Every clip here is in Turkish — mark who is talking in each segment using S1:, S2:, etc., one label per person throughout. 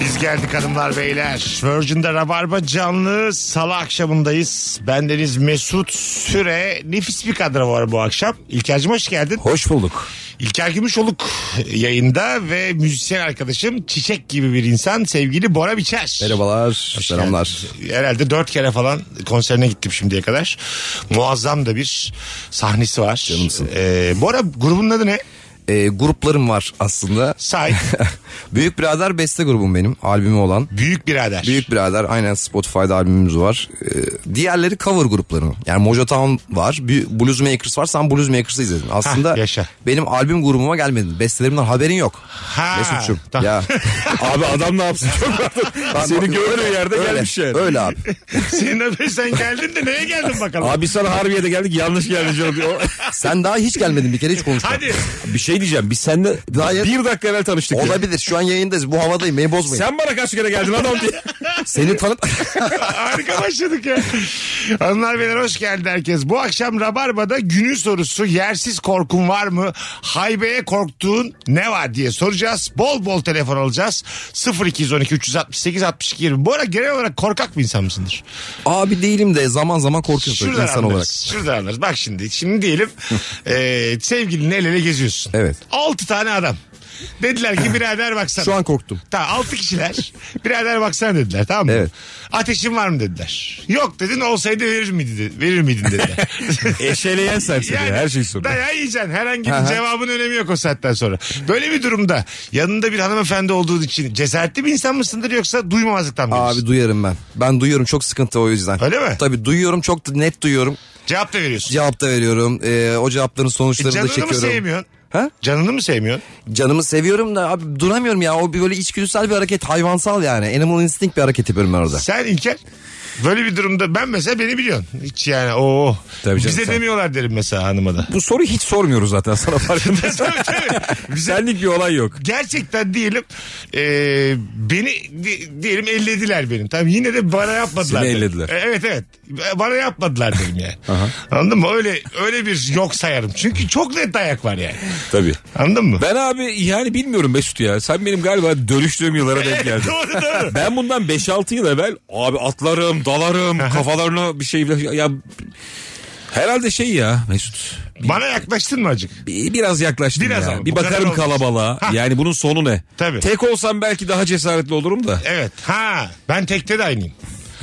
S1: Biz geldik hanımlar beyler. Virgin'de Rabarba canlı salı akşamındayız. Bendeniz Mesut Süre. Nefis bir kadro var bu akşam. İlker'cim hoş geldin.
S2: Hoş bulduk.
S1: İlker Gümüşoluk yayında ve müzisyen arkadaşım çiçek gibi bir insan sevgili Bora Biçer.
S3: Merhabalar,
S1: Hoş
S3: selamlar.
S1: geldiniz. Herhalde dört kere falan konserine gittim şimdiye kadar. Muazzam da bir sahnesi var. Canımsın. Bora grubunun adı ne?
S3: Ee, gruplarım var aslında.
S1: Say.
S3: Büyük Birader beste grubum benim, albümü olan.
S1: Büyük birader.
S3: Büyük Birader aynen Spotify'da albümümüz var. Ee, diğerleri cover gruplarım. Yani Mojo Town var, Bü- Bluesmakers var. Sen Bluesmakers'ı izledin. Aslında
S1: Hah, yaşa.
S3: benim albüm grubuma gelmedin. Bestelerimden haberin yok.
S1: Ha,
S3: Mesut'cum.
S1: tamam.
S3: Ya.
S4: Abi adam ne yapsın? Seni görmüyor yerde
S3: öyle,
S4: gelmiş yani.
S3: Öyle abi.
S1: Senin haberin sen geldin de neye geldin bakalım?
S4: Abi sana Harbiye'de geldik yanlış geldi canım. O-
S3: Sen daha hiç gelmedin bir kere hiç konuşmadın.
S1: Hadi.
S4: bir şey diyeceğim biz seninle
S3: Hayır.
S4: bir dakika evvel tanıştık. ya.
S3: Olabilir şu an yayındayız bu havadayım beni bozmayın.
S4: Sen bana kaç kere geldin adam diye.
S3: Seni tanıt...
S1: Harika başladık ya. Hanımlar beyler hoş geldi herkes. Bu akşam Rabarba'da günün sorusu yersiz korkun var mı? Haybe'ye korktuğun ne var diye soracağız. Bol bol telefon alacağız. 0212 368 62 20. Bu ara genel olarak korkak bir insan mısındır?
S3: abi değilim de zaman zaman korkuyorum
S1: Şuradan
S3: insan
S1: anlarız.
S3: olarak.
S1: Şuradan anlarız. Bak şimdi. Şimdi diyelim e, sevgilinle el ele geziyorsun.
S3: Evet.
S1: 6 tane adam. Dediler ki birader baksana.
S3: Şu an korktum.
S1: Tamam 6 kişiler. Birader baksana dediler tamam mı?
S3: Evet.
S1: Ateşin var mı dediler. Yok dedin olsaydı verir miydin, verir miydin dediler.
S4: Eşeleyen serseri
S1: Yani
S4: her şey sorun.
S1: Dayağı yiyeceksin. Herhangi
S3: Aha.
S1: bir cevabın önemi yok o saatten sonra. Böyle bir durumda yanında bir hanımefendi olduğun için cesaretli bir insan mısındır yoksa duymamazlıktan mı?
S3: Abi
S1: gelirsin?
S3: duyarım ben. Ben duyuyorum çok sıkıntı o yüzden.
S1: Öyle mi?
S3: Tabii duyuyorum çok da net duyuyorum.
S1: Cevap da veriyorsun.
S3: Cevap da veriyorum. Ee, o cevapların
S1: E,
S3: sonuçlarını da
S1: canını mı
S3: çekiyorum.
S1: sevmiyorsun?
S3: Ha?
S1: Canını mı sevmiyorsun?
S3: Canımı seviyorum da abi duramıyorum ya. O bir böyle içgüdüsel bir hareket. Hayvansal yani. Animal instinct bir hareket yapıyorum ben orada.
S1: Sen İlker böyle bir durumda ben mesela beni biliyorsun. Hiç yani o
S4: Tabii canım,
S1: bize
S4: sen-
S1: demiyorlar derim mesela hanıma da.
S4: Bu soruyu hiç sormuyoruz zaten sana farkındaysan.
S1: Tabii, tabii.
S4: Senlik bir olay yok.
S1: gerçekten diyelim e, beni di- diyelim ellediler benim. Tamam yine de bana yapmadılar.
S4: Seni
S1: derim.
S4: ellediler.
S1: E, Evet evet. Bana yapmadılar dedim yani. Anladın mı? Öyle öyle bir yok sayarım. Çünkü çok net dayak var yani.
S4: Tabii.
S1: Anladın mı?
S4: Ben abi yani bilmiyorum Mesut ya. Sen benim galiba dönüştüğüm yıllara denk geldin.
S1: doğru doğru.
S4: Ben bundan 5-6 yıl evvel abi atlarım, dalarım, kafalarına bir şey ya herhalde şey ya Mesut.
S1: Bana yaklaştın mı acık?
S4: Bir- biraz yaklaştım
S1: Biraz
S4: ya.
S1: ama, bu
S4: bir
S1: kadar
S4: bakarım
S1: olmaz.
S4: kalabalığa.
S1: Ha.
S4: Yani bunun sonu ne?
S1: Tabii. E-
S4: Tek olsam belki daha cesaretli olurum da.
S1: Evet. Ha ben tekte de aynıyım.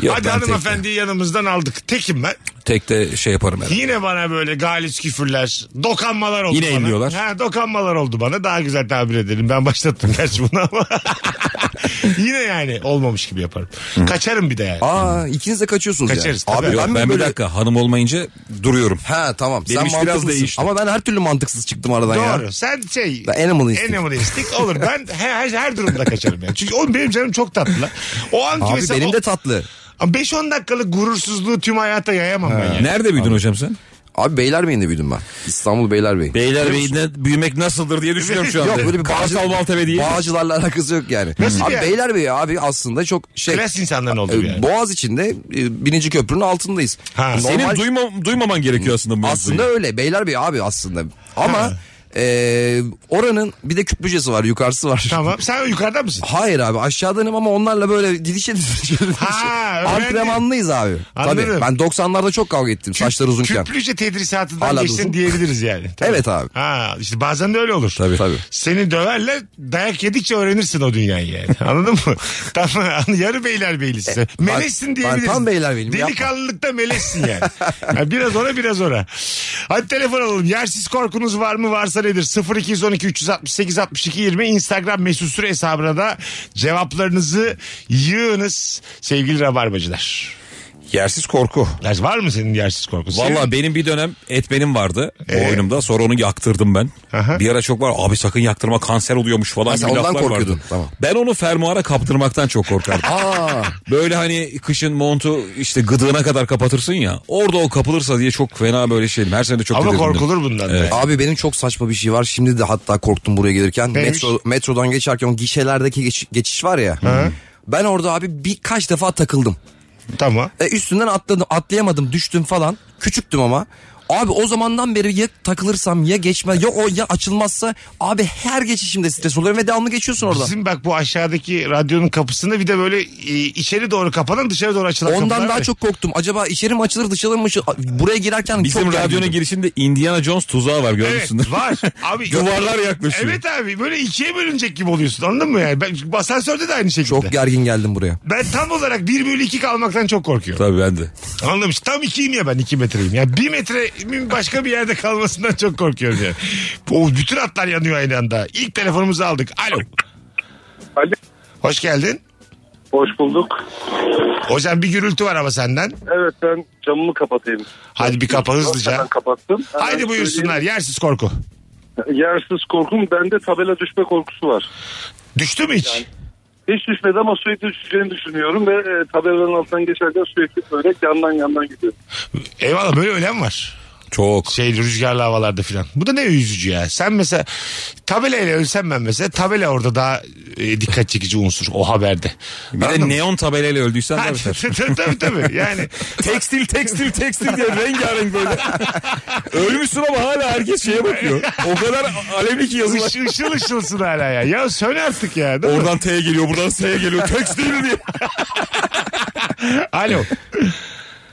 S4: Yok,
S1: Hadi
S4: ben
S1: hanımefendiyi yanımızdan aldık. Tekim ben.
S4: Tek de şey yaparım herhalde.
S1: Yine bana böyle galis küfürler, dokanmalar oldu
S4: Yine
S1: bana.
S4: elliyorlar.
S1: Ha, dokanmalar oldu bana. Daha güzel tabir edelim. Ben başlattım gerçi bunu ama. Yine yani olmamış gibi yaparım. Kaçarım bir de yani.
S3: Aa ikiniz de kaçıyorsunuz
S1: Kaçarız,
S3: yani.
S1: tabii.
S3: Abi
S4: Hmm. Yok,
S3: ben,
S4: ben,
S3: mi
S4: bir
S3: böyle...
S4: dakika hanım olmayınca duruyorum.
S3: Ha tamam.
S4: Benim
S3: Sen
S4: iş biraz
S3: mantıklısın.
S4: değişti.
S3: Ama ben her türlü mantıksız çıktım aradan ya.
S1: Doğru. Sen şey...
S3: Ben animal instinct.
S1: Animal instinct. Olur. Ben her, her, her durumda kaçarım yani. Çünkü oğlum benim canım çok tatlı. lan. O anki
S3: Abi
S1: mesela...
S3: benim
S1: o-
S3: de tatlı.
S1: Ama 5-10 dakikalık gurursuzluğu tüm hayata yayamam ben yani.
S4: Nerede büyüdün hocam sen?
S3: Abi Beylerbeyi'nde büyüdüm ben. İstanbul Beylerbeyi.
S4: Beylerbeyi'nde büyümek nasıldır diye düşünüyorum şu anda.
S3: Yok böyle bir
S4: Kartal Maltepe diye.
S3: Bağcılarla alakası yok yani.
S1: Nasıl
S3: abi
S1: yani?
S3: Beylerbeyi abi aslında çok şey.
S1: Klas insanların olduğu
S3: Ee,
S1: yani.
S3: Boğaz içinde e, birinci köprünün altındayız.
S1: Ha.
S3: Normal-
S4: Senin duyma- duymaman gerekiyor aslında bu mevzuyu.
S3: aslında öyle Beylerbeyi abi aslında. Ama
S1: Ha.
S3: e, oranın bir de küplücesi var yukarısı var.
S1: Tamam. Sen yukarıda mısın?
S3: Hayır abi aşağıdanım ama onlarla böyle didişe didişe.
S1: Ha, öğrendin.
S3: Antrenmanlıyız abi.
S1: Anladım.
S3: Tabii ben 90'larda çok kavga ettim saçları uzunken.
S1: Küplüce tedrisatından
S3: Hala da
S1: geçsin
S3: uzun.
S1: diyebiliriz yani.
S3: Evet abi.
S1: Ha işte bazen de öyle olur.
S3: Tabii. Tabii.
S1: Seni döverler dayak yedikçe öğrenirsin o dünyayı yani. Anladın mı? Tamam yarı beyler beylisi. Melezsin
S3: E, ben
S1: diyebiliriz.
S3: tam beylerbeyliyim, yapma.
S1: Delikanlılıkta melezsin yani. Yani Biraz ona biraz ona. Hadi telefon alalım. Yersiz korkunuz var mı varsa nedir? 0212 368 62 20 Instagram mesut süre hesabına da cevaplarınızı yığınız sevgili rabarbacılar.
S4: Yersiz korku.
S1: Ders var mı senin yersiz korkusu?
S4: Valla benim bir dönem etmenim vardı
S1: Ee?
S4: boynumda. Sonra onu yaktırdım ben.
S1: Aha.
S4: Bir ara çok var abi sakın yaktırma kanser oluyormuş falan
S3: Ha,
S4: gibi
S3: sen ondan
S4: laflar
S3: korkuyordun.
S4: vardı.
S3: Tamam.
S4: Ben onu fermuara kaptırmaktan çok korkardım.
S3: Aa,
S4: Böyle hani kışın montu işte gıdığına kadar kapatırsın ya. Orada o kapılırsa diye çok fena böyle şeydim. Her sene de çok
S1: Ama
S4: tedirgindim.
S1: korkulur bundan. da.
S3: abi benim çok saçma bir şey var. Şimdi de hatta korktum buraya gelirken.
S1: Neymiş?
S3: Metro, metrodan geçerken o gişelerdeki geç- geçiş var ya. Ben orada abi birkaç defa takıldım.
S1: Tamam.
S3: E, üstünden atladım, atlayamadım, düştüm falan. Küçüktüm ama. Abi o zamandan beri ya takılırsam ya geçme ya o ya açılmazsa abi her geçişimde stres oluyorum ve devamlı geçiyorsun oradan.
S1: Bizim bak bu aşağıdaki radyonun kapısında bir de böyle e, içeri doğru kapanan dışarı doğru açılan
S3: Ondan
S1: kapılar
S3: daha
S1: var.
S3: çok korktum. Acaba içeri mi açılır dışarı mı açılır? Buraya girerken
S4: Bizim
S3: çok
S4: radyona
S3: gergindim.
S4: girişinde Indiana Jones tuzağı var
S1: Evet
S4: görmüşsündür.
S1: var. Abi
S4: Duvarlar yaklaşıyor.
S1: Evet abi böyle ikiye bölünecek gibi oluyorsun anladın mı yani? Ben, asansörde de aynı şekilde.
S3: Çok gergin geldim buraya.
S1: ben tam olarak 1 bölü 2 kalmaktan çok korkuyorum.
S4: Tabii ben de.
S1: Anladın mı? Tam 2'yim ya ben 2 metreyim. Yani 1 metremin başka bir yerde kalmasından çok korkuyorum yani. O bütün atlar yanıyor aynı anda. İlk telefonumuzu aldık. Alo.
S5: Alo.
S1: Hoş geldin.
S5: Hoş bulduk.
S1: Hocam bir gürültü var ama senden.
S5: Evet ben camımı kapatayım.
S1: Hadi bir kapa hızlıca.
S5: Hemen kapattım. Hemen
S1: Haydi buyursunlar. Yersiz korku.
S5: söyleyeyim. Yersiz korkum bende tabela düşme korkusu var.
S1: Düştü mü hiç?
S5: Hiç düşmedi ama sürekli düşeceğini düşünüyorum ve e, tabelanın altından geçerken sürekli böyle yandan yandan gidiyorum.
S1: Eyvallah böyle ölen var.
S4: Çok.
S1: Şey rüzgarlı havalarda filan. Bu da ne üzücü ya. Sen mesela tabelayla ölsem ben mesela tabela orada daha e, dikkat çekici unsur o haberde.
S4: Bir de neon tabelayla öldüysen daha beter.
S1: tabii, tabii tabii yani
S4: tekstil tekstil tekstil diye rengarenk böyle. Ölmüşsün ama hala herkes şeye bakıyor. O kadar alevli ki yazılar.
S1: ışıl, ışıl ışılsın hala ya. Ya söyle artık ya. değil mi?
S4: Oradan T'ye geliyor buradan S'ye geliyor. Tekstil diye.
S1: Alo.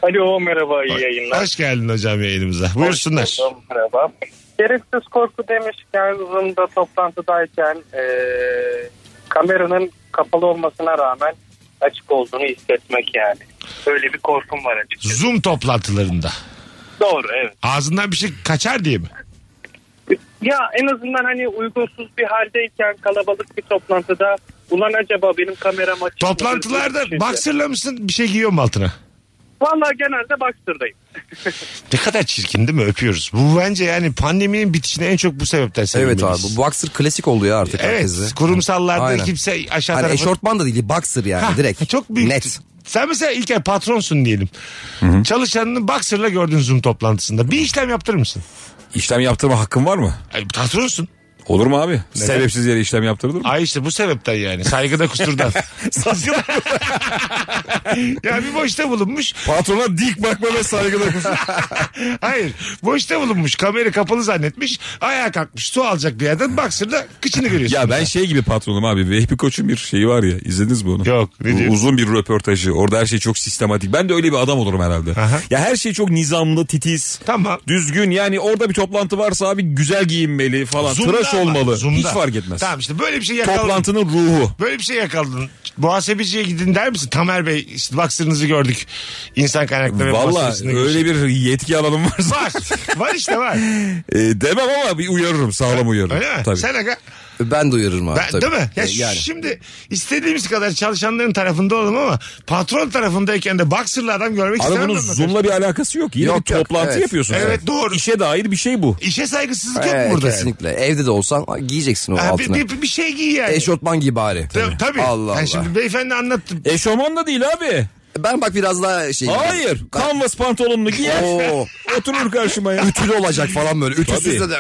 S5: Alo merhaba iyi yayınlar.
S1: Hoş geldin hocam yayınımıza. Buyursunlar.
S5: Merhaba.
S6: Gereksiz korku demişken Zoom'da toplantıdayken eee, kameranın kapalı olmasına rağmen açık olduğunu hissetmek yani. Öyle bir korkum var açık.
S1: Zoom toplantılarında.
S6: Doğru evet.
S1: Ağzından bir şey kaçar diye mi?
S6: Ya en azından hani uygunsuz bir haldeyken kalabalık bir toplantıda ulan acaba benim kameram açık
S5: şey
S6: mıdır?"
S1: Toplantılarda
S6: Düşünce.
S1: boxer'la mısın bir şey giyiyor mu altına?
S6: Vallahi genelde Boxer'dayım.
S1: Ne kadar çirkin değil mi? Öpüyoruz. Bu bence yani pandeminin bitişine en çok bu sebepten
S3: Evet
S1: sevinmeliyiz.
S3: abi bu boxer klasik oldu ya artık herkeste.
S1: Evet kurumsallarda
S3: Aynen.
S1: kimse aşağı
S3: Hani
S1: tarafa...
S3: eşortman da değil boxer yani
S1: Ha,
S3: direkt.
S1: Çok büyük.
S3: Net.
S1: Sen mesela İlker patronsun diyelim. Çalışanını boxer'la gördün Zoom toplantısında. Bir işlem yaptırır mısın?
S4: İşlem yaptırma hakkın var mı?
S1: Ay, patronsun.
S4: Olur mu abi? Sebepsiz yere işlem yaptırılır mı?
S1: Ay işte bu sebepten yani. Saygıda kusurdan. Saygıda Ya bir boşta bulunmuş.
S4: Patrona dik bakma ve saygıda kusur.
S1: Hayır. Boşta bulunmuş. Kamera kapalı zannetmiş. Ayağa kalkmış. Su alacak bir yerden boxer'la kıçını görüyorsun.
S4: ya ben şey gibi patronum abi. Vehbi Koç'un bir şeyi var ya. izlediniz mi onu?
S1: Yok, ne
S4: Bu
S1: diyor?
S4: Uzun bir röportajı. Orada her şey çok sistematik. Ben de öyle bir adam olurum herhalde.
S1: Aha.
S4: Ya her şey çok nizamlı, titiz.
S1: Tamam.
S4: Düzgün yani orada bir toplantı varsa abi güzel giyinmeli falan.
S1: Zoom'da
S4: Tıraş
S1: ama,
S4: olmalı.
S1: Zoom'da.
S4: Hiç fark etmez.
S1: Tamam işte böyle bir şey yakaladın.
S4: Toplantının ruhu.
S1: Böyle bir şey yakaladın. Muhasebeciye gidin der misin? Tamer Bey işte baksırınızı gördük. İnsan kaynakları
S4: Valla öyle bir yetki alanım varsa
S1: Var. var işte var.
S4: e, demem ama bir uyarırım sağlam uyarırım.
S1: Öyle mi?
S4: Tabii.
S1: Sen aga.
S3: Ben de uyarırım abi
S1: Ben,
S3: tabii.
S1: değil mi? Ya
S3: E, yani.
S1: Şimdi istediğimiz kadar çalışanların tarafında olalım ama patron tarafındayken de boxer'lı adam görmek
S4: Abi
S1: istemem.
S4: bunun
S1: ben bakarım.
S4: Zoom'la bir alakası yok. Yine
S3: Yok,
S4: bir toplantı
S3: yok, evet.
S4: yapıyorsun. sen.
S1: Evet, doğru.
S4: İşe dair bir şey bu.
S1: İşe saygısızlık
S3: Ee,
S1: yok burada. yani.
S3: kesinlikle. Evde de olsan giyeceksin o
S1: Ha, bir,
S3: altına.
S1: bir, bir şey giy yani.
S3: Eşortman giy bari.
S1: Tabii. Tabii.
S3: Allah
S1: Yani
S3: Allah.
S1: şimdi beyefendi anlattı.
S4: Eşofman da değil abi.
S3: Ben bak biraz daha şey.
S4: Hayır. Kanvas pantolonunu giyer.
S3: Oo.
S4: Oturur karşıma ya.
S3: Ütülü olacak falan böyle. Ütüsüz
S4: Tabii.
S3: de de.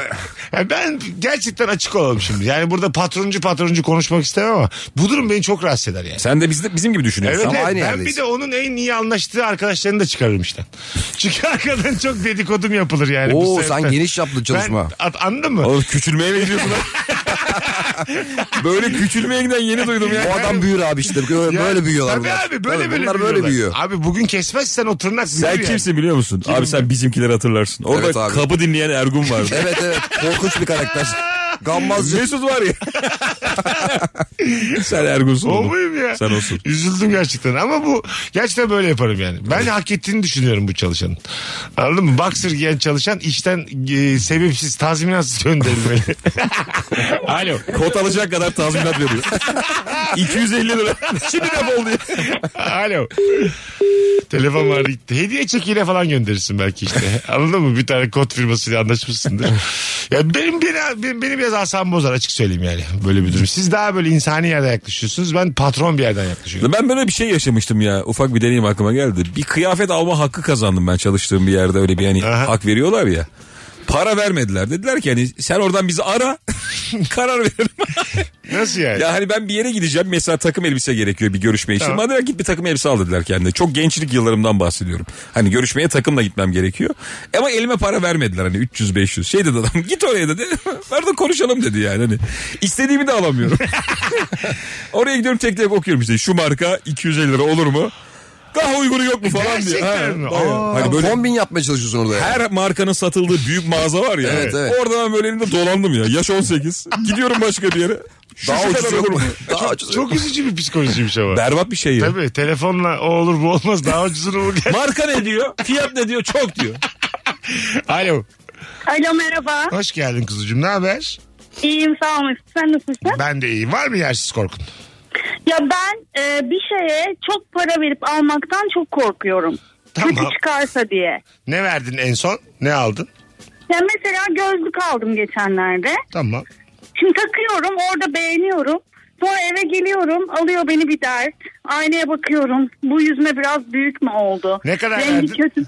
S1: Ya ben gerçekten açık olalım şimdi. Yani burada patroncu patroncu konuşmak istemem ama bu durum beni çok rahatsız eder yani.
S4: Sen de biz de, bizim gibi düşünüyorsun.
S1: Evet,
S3: Ama
S1: evet.
S3: aynı
S1: ben
S3: yerdeyiz.
S1: bir de onun en iyi anlaştığı arkadaşlarını da çıkarırım işte. Çünkü arkadan çok dedikodum yapılır yani. bu
S3: Oo
S1: sebepten.
S3: sen geniş yaptın çalışma.
S1: Ben, at- anladın mı?
S4: Oğlum küçülmeye mi gidiyorsun lan? Böyle küçülmeye giden yeni duydum ya.
S3: Bu adam büyür abi işte. Böyle,
S1: Ya,
S3: böyle büyüyorlar
S1: tabii
S3: bunlar.
S1: abi böyle
S3: Tabii,
S1: böyle
S3: Bunlar böyle
S1: büyüyorlar.
S3: büyüyor.
S1: Abi bugün kesmezsen o tırnak büyür
S4: Sen
S1: yani.
S4: kimsin biliyor musun? Abi sen bizimkileri hatırlarsın. Orada
S3: Evet abi.
S4: kabı dinleyen Ergun vardı.
S3: Evet evet. Korkunç bir karakter. Gammazcı.
S4: Mesut var ya. Sen Ergun'sun.
S1: O
S4: oğlum.
S1: muyum ya? ya.
S4: Sen olsun.
S1: Üzüldüm gerçekten ama bu gerçekten böyle yaparım yani. Ben hak ettiğini düşünüyorum bu çalışanın. Anladın mı? Boxer giyen çalışan işten e, sebepsiz tazminatsız gönderilmeli. Alo.
S4: Kot alacak kadar tazminat veriyor. 250 lira. Şimdi defol diye.
S1: Alo. Telefon var gitti. Hediye çekiyle falan gönderirsin belki işte. Anladın mı? Bir tane kod firmasıyla anlaşmışsındır. ya benim, beni, benim, beni biraz asam bozar açık söyleyeyim yani. Böyle bir durum. Siz daha böyle insani yerden yaklaşıyorsunuz. Ben patron bir yerden yaklaşıyorum.
S4: Ben böyle bir şey yaşamıştım ya. Ufak bir deneyim aklıma geldi. Bir kıyafet alma hakkı kazandım ben çalıştığım bir yerde. Öyle bir hani
S1: Aha.
S4: hak veriyorlar ya. Para vermediler. Dediler ki hani sen oradan bizi ara. karar verelim.
S1: Nasıl yani?
S4: ya hani ben bir yere gideceğim. Mesela takım elbise gerekiyor bir görüşme için.
S1: Tamam.
S4: Bana dediler git bir takım elbise al dediler kendine. Çok gençlik yıllarımdan bahsediyorum. Hani görüşmeye takımla gitmem gerekiyor. E Ama elime para vermediler hani 300-500. Şey dedi adam git oraya dedi. Orada konuşalım dedi yani. Hani istediğimi de alamıyorum. Oraya gidiyorum tek tek okuyorum işte. Şu marka 250 lira olur mu? Daha uygunu yok mu falan diye.
S1: Gerçekten
S4: Ha,
S1: mi?
S4: bayağı.
S1: Aa.
S4: hani böyle
S3: Kombin yapmaya çalışıyorsun orada yani.
S4: her markanın satıldığı büyük mağaza var ya.
S3: Evet, evet.
S4: Orada ben böyle elimde dolandım ya. Yaş 18. Gidiyorum başka bir yere. Şu
S3: Daha
S4: şu
S3: ucuz
S4: kadar
S3: yok
S4: olur
S3: mu?
S4: mu?
S3: Daha ucuz yok.
S1: şey Çok üzücü bir psikolojiymiş ama.
S4: Berbat bir şey ya.
S1: Tabii telefonla o olur bu olmaz daha ucuzunu bu gel.
S4: Marka ne diyor? Fiyat ne diyor? Çok diyor.
S1: Alo.
S7: Alo merhaba.
S1: Hoş geldin kuzucuğum ne haber?
S7: İyiyim sağ olun. Sen nasılsın?
S1: Ben de iyi. Var mı yersiz korkun?
S7: Ya ben e, bir şeye çok para verip almaktan çok korkuyorum.
S1: Tamam.
S7: Kötü çıkarsa diye.
S1: Ne verdin en son? Ne aldın?
S7: Ya mesela gözlük aldım geçenlerde.
S1: Tamam.
S7: Şimdi takıyorum orada beğeniyorum. Sonra eve geliyorum alıyor beni bir dert. Aynaya bakıyorum. Bu yüzme biraz büyük mü oldu?
S1: Ne kadar
S7: Rengi
S1: verdin?
S7: kötü.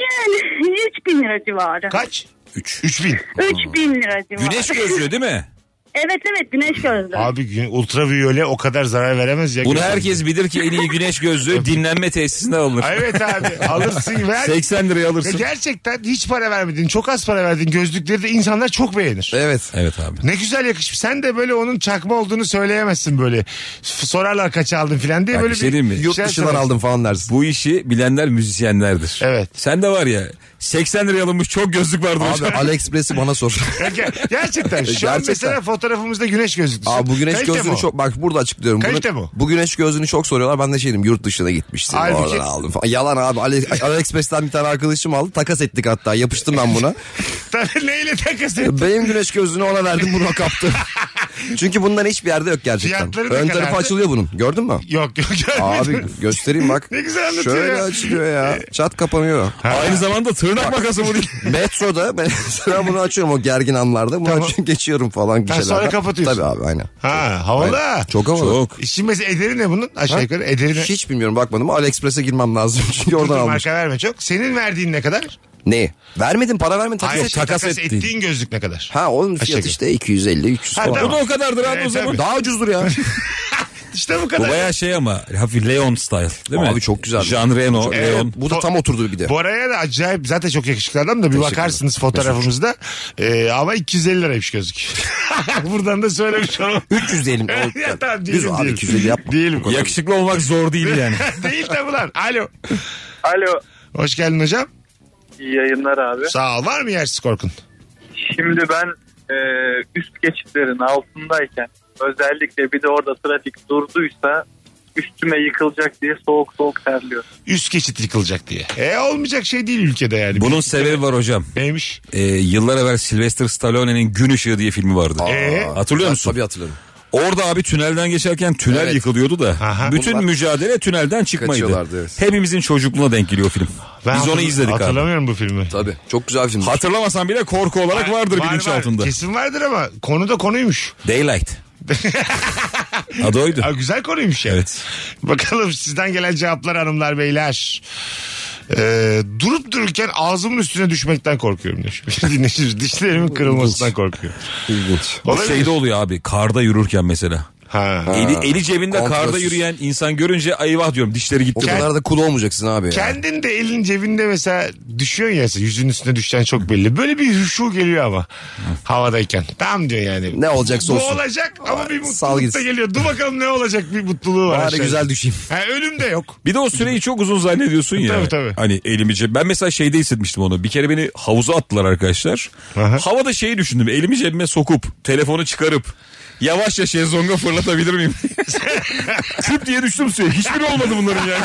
S7: Yani 3000 lira civarı.
S1: Kaç?
S4: 3.
S1: 3000.
S7: 3000 lira civarı.
S4: Güneş gözlüyor değil mi?
S7: Evet evet güneş gözlüğü.
S1: Abi gün- ultraviyole o kadar zarar veremez ya.
S4: Bunu
S1: Gözlük.
S4: herkes bilir ki en iyi güneş gözlüğü dinlenme tesisinde alınır.
S1: Ay Evet abi alırsın ver.
S4: 80 liraya
S1: Ve
S4: alırsın.
S1: gerçekten hiç para vermedin çok az para verdin gözlükleri de insanlar çok beğenir.
S3: Evet.
S4: Evet abi.
S1: Ne güzel yakışmış. Sen de böyle onun çakma olduğunu söyleyemezsin böyle. F- Sorarlar kaça aldın filan diye
S4: Bak
S1: böyle
S4: bir şey diyeyim mi?
S3: Yurt
S1: şeyler
S3: dışından
S1: sorarsın.
S3: aldım falan dersin.
S4: Bu işi bilenler müzisyenlerdir.
S1: Evet.
S4: Sen de var ya 80 liraya alınmış çok gözlük vardı.
S3: Abi AliExpress'i bana sor.
S1: Ger- Gerçekten. Şu an
S3: Gerçekten.
S1: mesela fotoğrafımızda güneş gözlüklüsün.
S3: Abi bu güneş
S1: Kalite mi
S3: gözlüğünü
S1: o?
S3: çok bak burada açıklıyorum. Bunu-
S1: Kalite bu.
S3: Bu güneş gözlüğünü çok soruyorlar. Ben de şey dedim yurt dışına gitmiştim.
S1: Halbuki-
S3: Oradan aldım falan. Yalan abi. Ali, AliExpress'ten bir tane arkadaşım aldı. Takas ettik hatta. Yapıştım ben buna.
S1: Tabii neyle takas ettin?
S3: Benim güneş gözlüğünü ona verdim buna kaptı. Çünkü bundan hiçbir yerde yok gerçekten.
S1: Fiyatları ne
S3: Ön tarafı
S1: kadardı?
S3: açılıyor bunun. Gördün mü?
S1: Yok yok görmedim.
S3: Abi göstereyim bak.
S1: Ne güzel anlatıyor
S3: Şöyle
S1: ya.
S3: açılıyor ya. Çat kapanıyor.
S4: Aynı zamanda tırnak makası bu değil.
S3: Metroda ben mesela bunu açıyorum o gergin anlarda. Bunu açıyorum geçiyorum
S1: Ha,
S3: falan.
S1: sonra
S3: gişelerden.
S1: kapatıyorsun.
S3: Tabii abi aynen.
S1: Ha havalı.
S3: Çok havalı.
S4: Çok.
S1: Şimdi mesela ederi ne bunun? Aşağı yukarı ederi ne?
S3: Hiç bilmiyorum bakmadım. AliExpress'e girmem lazım. Çünkü
S1: Dur, dur,
S3: oradan almış.
S1: marka verme çok. Senin verdiğin ne kadar?
S3: Ne? Vermedin para vermedin. Takas
S1: Hayır,
S3: et.
S1: takas,
S4: takas
S1: ettiğin.
S4: ettiğin
S1: gözlük ne kadar?
S3: Ha onun fiyatı
S1: Aşağı
S3: işte 250 300
S1: Ha,
S3: falan.
S1: tamam.
S4: Bu da o kadardır abi
S1: Evet,
S4: o zaman.
S1: tabii.
S3: Daha ucuzdur ya.
S1: İşte bu
S4: Bu
S1: kadar.
S4: baya şey ama hafif Leon style değil mi?
S3: Abi çok güzel.
S4: Jean Reno,
S1: Evet.
S4: Leon.
S3: Bu da tam oturdu bir de.
S1: Bora'ya da acayip zaten çok yakışıklı adam da bir bakarsınız fotoğrafımızda. Ee, ama 250 liraymış gözlük. Buradan da söylemiş olalım.
S3: 300 diyelim. O-
S1: ya tamam
S3: Düz
S1: değilim
S3: abi 250 yapma.
S1: Değil bu kadar.
S4: Yakışıklı olmak zor değil yani.
S1: Değil de ulan. Alo.
S5: Alo.
S1: Hoş geldin hocam.
S5: İyi yayınlar abi.
S1: Sağ ol. Var mı yersiz korkun?
S5: Şimdi ben e, üst geçitlerin altındayken özellikle bir de orada trafik durduysa üstüme yıkılacak diye soğuk soğuk terliyorum.
S1: Üst geçit yıkılacak diye. E olmayacak şey değil ülkede yani.
S4: Bunun sebebi var hocam.
S1: Neymiş?
S4: Ee, yıllar evvel Sylvester Stallone'nin Gün Işığı diye filmi vardı.
S1: Ee?
S4: Hatırlıyor musun?
S3: Tabii hatırlıyorum.
S4: Orada abi tünelden geçerken tünel
S3: Evet.
S4: yıkılıyordu da.
S1: Aha.
S4: bütün
S3: Bunlar-
S4: mücadele tünelden çıkmaydı.
S3: Kaçıyorlardı, evet.
S4: Hepimizin çocukluğuna denk geliyor film.
S1: Ben
S4: Biz onu
S1: hatırlam-
S4: izledik abi.
S1: Hatırlamıyorum bu filmi.
S3: Tabii. Çok güzel film.
S4: Hatırlamasan bile korku olarak vardır
S1: Var, var.
S4: bilinçaltında.
S1: Kesin vardır ama konu da konuymuş.
S4: Daylight. Adı oydu.
S1: Ha, güzel konuymuş yani.
S4: Evet.
S1: Bakalım sizden gelen cevaplar hanımlar beyler. Ee, durup dururken ağzımın üstüne düşmekten korkuyorum demiş. Dinleyicimiz dişlerimin kırılmasından korkuyorum.
S3: İlginç.
S4: Bu
S1: Olabilir.
S4: şeyde Şey oluyor abi karda yürürken mesela.
S1: Ha.
S4: Eli, eli cebinde karda
S3: Kontrolsüz.
S4: yürüyen insan görünce eyvah diyorum dişleri gitti.
S3: O kadar da kul olmayacaksın abi ya.
S1: Kendin de elin cebinde mesela düşüyorsun ya yüzünün üstüne düşen çok belli. Böyle bir huşu geliyor ama havadayken. Tamam diyor yani.
S3: Ne olacaksa
S1: Bu
S3: olsun.
S1: olacak ama bir
S3: Sal
S1: mutluluk da
S3: gitsin.
S1: geliyor. Dur bakalım ne olacak bir mutluluğu var.
S3: Bari
S1: aşağıda.
S3: güzel düşeyim.
S1: Ha, ölüm de yok.
S4: Bir de o süreyi çok uzun zannediyorsun ya.
S1: Tabii, tabii.
S4: Hani elimi cebime. Ben mesela şeyde hissetmiştim onu. Bir kere beni havuza attılar arkadaşlar.
S1: Aha.
S4: Havada şeyi düşündüm. Elimi cebime sokup telefonu çıkarıp Yavaşça şezlonga fırlatabilir miyim? Küp diye düştüm suya. Hiçbiri olmadı bunların yani.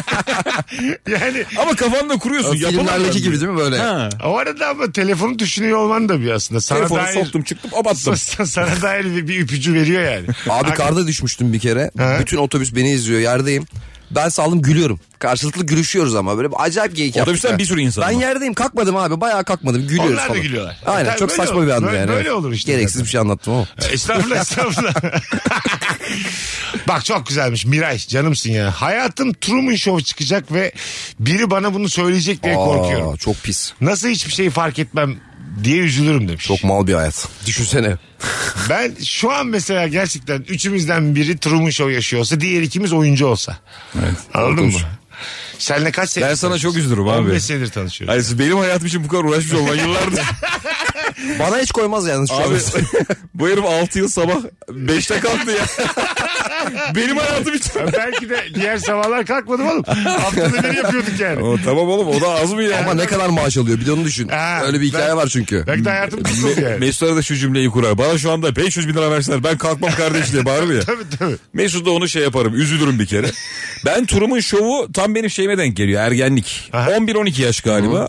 S1: Yani
S4: Ama kafanda kuruyorsun. yapamam ben
S3: Filmlerdeki gibi
S4: diye.
S3: değil mi böyle?
S4: Ha.
S1: o arada ama telefonu düşünüyor olman da bir aslında. Sana
S4: Telefonu
S1: dair,
S4: soktum çıktım abattım.
S1: Sana dair bir, bir ipucu veriyor yani.
S3: Abi karda düşmüştüm bir kere.
S1: He.
S3: Bütün otobüs beni izliyor yerdeyim. Ben sağlam gülüyorum. Karşılıklı gülüşüyoruz ama böyle bir acayip geyik yaptık.
S4: Otobüsten
S3: ya.
S4: bir sürü insan
S3: Ben
S4: var.
S3: yerdeyim kalkmadım abi bayağı kalkmadım gülüyoruz
S1: Onlar da
S3: falan.
S1: gülüyorlar. E,
S3: Aynen
S1: tabii
S3: çok
S1: böyle
S3: saçma bir
S1: olur.
S3: andı
S1: Böyle-
S3: yani. evet.
S1: böyle olur işte
S3: Gereksiz
S1: zaten.
S3: bir şey anlattım ama.
S1: Estağfurullah estağfurullah. Bak çok güzelmiş Miray canımsın ya. Hayatım Truman Show çıkacak ve biri bana bunu söyleyecek diye Ee, korkuyorum.
S3: Aa, Çok pis.
S1: Nasıl hiçbir şeyi fark etmem diye üzülürüm demiş.
S3: Çok mal bir hayat. Düşünsene.
S1: Ben şu an mesela gerçekten üçümüzden biri Truman Show yaşıyor olsa diğer ikimiz oyuncu olsa. Anladın mı? Seninle kaç senedir
S4: Ben sana çok
S1: tanışıyoruz?
S4: üzülürüm abi.
S1: 15 senedir tanışıyoruz.
S4: Hayır, siz benim hayatım için bu kadar uğraşmış olman yıllardır.
S3: Bana hiç koymaz yalnız şu an.
S4: Abi bu herif 6 yıl sabah 5'te kalktı ya. benim hayatım için.
S1: Ya Belki de diğer sabahlar kalkmadım oğlum. Haftada bir yapıyorduk yani.
S4: O, tamam oğlum o da az mı ya?
S3: Ama ne kadar maaş alıyor bir de onu düşün.
S1: Ha,
S3: Öyle bir hikaye
S1: ben-
S3: var çünkü.
S1: Belki de hayatım kısıldı
S4: Me-
S1: yani.
S4: Mesut arada şu cümleyi kurar. Bana şu anda 500 bin lira verseler ben kalkmam kardeş diye bağırıyor ya.
S1: Tabii tabii.
S4: Mesut da onu şey yaparım üzülürüm bir kere. Ben Turum'un şovu tam benim şeyime denk geliyor ergenlik.
S1: Aha.
S4: 11-12 yaş galiba.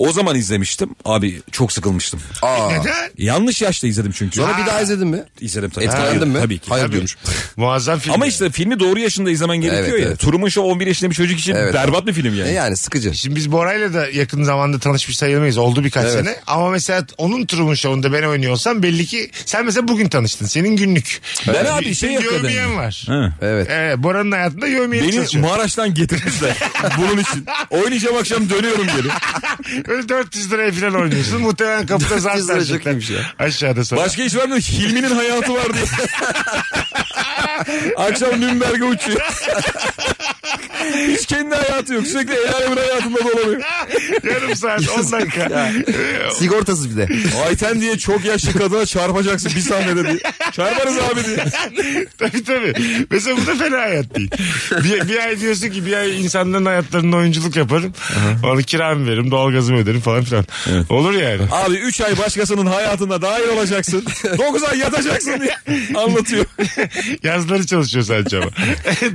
S4: O zaman izlemiştim. Abi çok sıkılmıştım.
S3: Aa.
S1: Neden?
S4: Yanlış yaşta izledim çünkü.
S3: Sonra bir daha izledin mi?
S4: izledim tabii.
S3: Etkilendin mi?
S4: Tabii ki.
S3: Hayır
S1: Tabii.
S3: diyormuş.
S1: Muazzam film.
S4: Ama
S1: yani.
S4: işte filmi doğru yaşında izlemen gerekiyor
S3: Evet,
S4: ya.
S3: evet.
S4: Turum'un şovu 11 yaşında bir çocuk için
S3: Evet.
S4: berbat bir film yani.
S3: E yani sıkıcı.
S1: Şimdi biz Bora'yla da yakın zamanda tanışmış sayılmayız. Oldu birkaç
S3: Evet.
S1: sene. Ama mesela onun Truman Show'unda ben oynuyor olsam belli ki sen mesela bugün tanıştın. Senin günlük.
S4: Ben
S1: Bir-
S4: abi şey
S1: bir
S4: hakikaten-
S1: Yövmiyen var.
S4: Ha.
S3: Evet.
S1: Evet, Bora'nın hayatında
S3: E,
S1: yövmiye
S4: Beni
S1: çalışıyor.
S4: Maraş'tan getirmişler bunun için. Oynayacağım akşam dönüyorum geri.
S1: Öyle 400 liraya falan oynuyorsun. Muhtemelen kapıda zaten.
S3: 400 lira çok iyiymiş ya.
S1: Aşağıda sonra.
S4: Başka iş var mı? Hilmi'nin hayatı var diye. Akşam Nürnberg'e uçuyor. Hiç kendi hayatı yok. Sürekli el alemin hayatında dolanıyor.
S1: Yarım saat 10 dakika.
S3: Sigortasız bir de.
S4: Ayten diye çok yaşlı kadına çarpacaksın bir sahnede diye. Çarparız abi diye.
S1: tabii tabii. Mesela bu da fena hayat değil. Bir, bir ay diyorsun ki bir ay insanların hayatlarında oyunculuk yaparım. Onu kiramı veririm, doğalgazımı öderim falan filan. Olur yani.
S4: Abi 3 ay başkasının hayatında dahil olacaksın. 9 ay yatacaksın diye anlatıyor.
S1: Yazları çalışıyor sadece ama.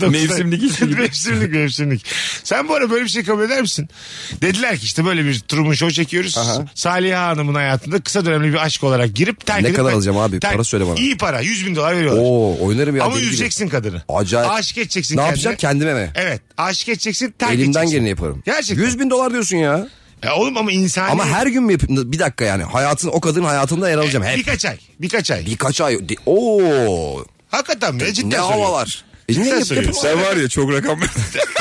S1: Doksan-
S4: Mevsimlik iş gibi.
S1: mevsimlik mevsimlik. Sen bu ara böyle bir şey kabul eder misin? Dediler ki işte böyle bir Truman Show çekiyoruz. Saliha Hanım'ın hayatında kısa dönemli bir aşk olarak girip terk
S3: Ne
S1: edip-
S3: kadar alacağım abi?
S1: terk-
S3: Para söyle bana.
S1: İyi para 100 bin dolar veriyorlar.
S3: Oo oynarım ya.
S1: Ama
S3: deli gibi.
S1: üzeceksin kadını.
S3: Acayip.
S1: Aşık edeceksin
S3: Ne
S1: kendine.
S3: yapacağım kendime mi?
S1: Evet. Aşık edeceksin terk
S3: Elimden
S1: edeceksin.
S3: geleni yaparım.
S1: Gerçekten. Hani-
S3: 100 bin dolar diyorsun ya.
S1: Ya oğlum ama insani. E,
S3: Ama her gün mü yapayım? Bir dakika yani. Hayatın o kadının hayatında yer alacağım. Hep.
S1: Birkaç ay. Birkaç ay.
S3: Birkaç ay. de- Oo.
S1: Hakikaten mi? Cidden
S3: Ne
S1: söylüyorum.
S3: havalar. E niye
S1: Cidden
S3: yap-
S1: söylüyorum.
S4: Sen var ya çok rakam.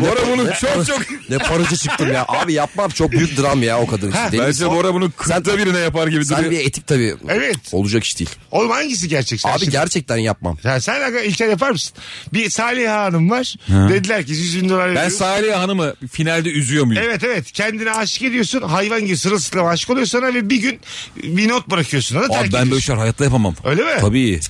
S4: Bora bunu çok çok...
S3: Ne paracı çıktım ya. Abi yapmam çok büyük dram ya o kadın için. Deli misin?
S4: Bence Bora bunu kırkta birine yapar gibi
S3: Sen
S4: duruyor.
S3: bir etik tabii.
S1: Evet.
S3: Olacak iş değil.
S1: Oğlum hangisi gerçek? Sen
S3: Abi
S1: şimdi-
S3: gerçekten yapmam.
S1: Ya sen aga İlker yapar mısın? Bir Saliha Hanım var. Dediler ki 100 bin dolar
S4: Ben
S1: veriyorum.
S4: Salih Hanım'ı finalde üzüyor muyum?
S1: Evet evet kendine aşık ediyorsun hayvan gibi sırılsıklam aşık oluyor sana ve bir gün bir not bırakıyorsun ona terk
S4: Abi ben böyle
S1: ediyorsun.
S4: şeyler hayatta yapamam.
S1: Öyle mi?
S4: Tabii.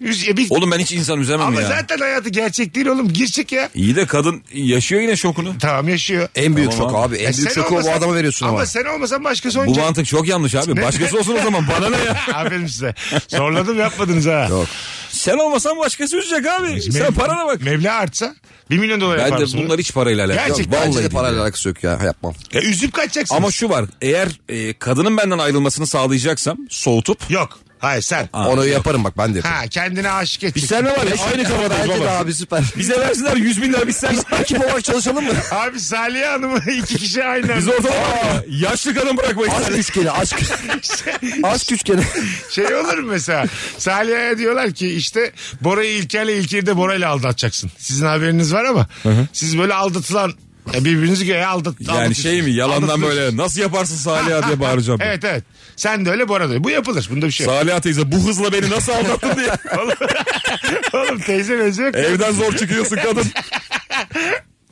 S1: Yüz- ya bir-
S4: Oğlum ben hiç insan üzemem
S1: Ama
S4: ya.
S1: zaten hayatı gerçek değil oğlum gir çık ya.
S4: İyi de kadın yaşıyor yine şokunu.
S1: Tamam yaşıyor.
S3: En büyük
S4: Tamam
S3: şok
S4: abi.
S3: abi. En
S1: E
S3: büyük
S1: sen
S3: şoku
S1: olmasan-
S3: bu adama veriyorsun ama.
S1: Ama sen olmasan başkası
S4: Bu
S1: oynayacak.
S4: mantık çok yanlış abi. Başkası olsun o zaman bana ne ya?
S1: Aferin size. Zorladım yapmadınız ha.
S3: Yok.
S4: Sen olmasan başkası üzecek abi. Sen parana bak.
S1: Mevla artsa 1 milyon dolar
S4: Ben
S1: yapar
S4: de
S1: mısın?
S4: bunlar hiç parayla alakalı.
S1: Gerçekten.
S4: Vallahi
S3: Bence de
S4: değil
S3: parayla
S4: ya.
S3: alakası yok ya. Yapmam.
S1: Ya E, üzüp kaçacaksın.
S4: Ama şu var. Eğer e, kadının benden ayrılmasını sağlayacaksam soğutup.
S1: Yok. Hayır sen.
S3: Onu yaparım bak ben de yaparım.
S1: Ha kendine aşık edeceksin.
S4: Sen ne var ya? Aynı kafadayız
S3: Bence de
S4: baba.
S3: abi süper.
S4: Bize versinler 100 bin lira biz sen.
S3: Ekip olarak çalışalım mı?
S1: Abi Saliha Hanım'ı iki kişi aynı
S4: Biz
S1: anda.
S4: ortada yaşlı kadın bırakmayız.
S3: Aşk üçgeni aşk. aşk üçgeni.
S1: Şey olur mu mesela? Saliha'ya diyorlar ki işte Bora'yı İlker'le İlker'i de Bora'yla aldatacaksın. Sizin haberiniz var ama siz böyle aldatılan ya birbirinizi göğe aldat,
S4: Yani şey mi yalandan
S1: aldatıyorsunuz.
S4: böyle nasıl yaparsın Salih diye bağıracağım. ben.
S1: Evet evet. Sen de öyle Bora da öyle. Bu yapılır. Bunda bir şey yok.
S4: Salih teyze bu hızla beni nasıl aldattın diye.
S1: Oğlum teyze benziyor.
S4: Evden zor çıkıyorsun kadın.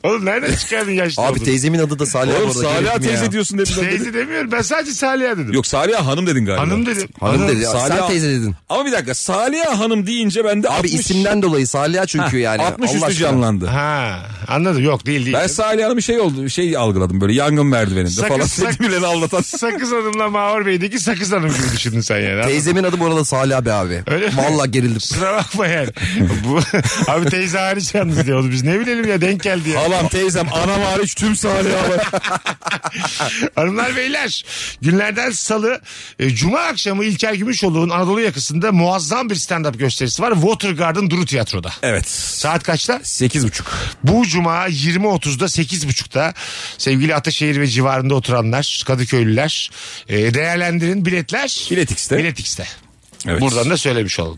S1: Oğlum nereden çıkardın yaşlı
S3: Abi
S1: olduğunu?
S3: teyzemin adı da Salih.
S4: Oğlum
S3: bu arada,
S4: Salih
S3: gerekli mi
S4: teyze
S3: ya?
S4: diyorsun deminden beri.
S1: Teyze demiyorum ben sadece Salih'e dedim.
S4: Yok Salih hanım dedin galiba.
S1: Hanım dedim.
S3: Hanım dedi. Sen
S4: Salih-
S3: teyze dedin.
S4: Ama bir dakika Salih hanım deyince ben de
S3: Abi
S4: 60,
S3: isimden dolayı Salih çünkü yani.
S4: 60
S3: Allah
S4: üstü
S3: aşkına.
S4: canlandı.
S1: Ha anladım yok değil değil.
S4: Ben Salih Hanım bir şey oldu, bir şey algıladım böyle yangın merdiveninde
S1: Sakın,
S4: falan
S1: sakın.
S4: birilerini anlatan.
S1: Sakız Hanım'la Mağur Bey'deki Sakız Hanım gibi düşündün sen yani.
S3: Teyzemin adı bu arada Salih abi abi.
S1: Öyle mi?
S3: Vallahi gerildim.
S1: Kusura bakma yani. Bu, abi teyze hariç yalnız diyor. Biz ne bilelim ya denk geldi ya.
S4: Halam, teyzem, anam hariç tüm Salih Hanım.
S1: Hanımlar beyler günlerden salı e, cuma akşamı İlker Gümüşoğlu'nun Anadolu yakasında muazzam bir stand-up gösterisi var. Watergarden Duru Tiyatro'da.
S4: evet.
S1: Saat kaçta?
S4: 8.30.
S1: Bu cuma 20.30'da 8.30'da sevgili Ataşehir ve civarında oturanlar, Kadıköylüler e, değerlendirin biletler.
S4: Biletix'te.
S1: Biletix'te.
S4: Evet.
S1: Buradan da söylemiş olalım.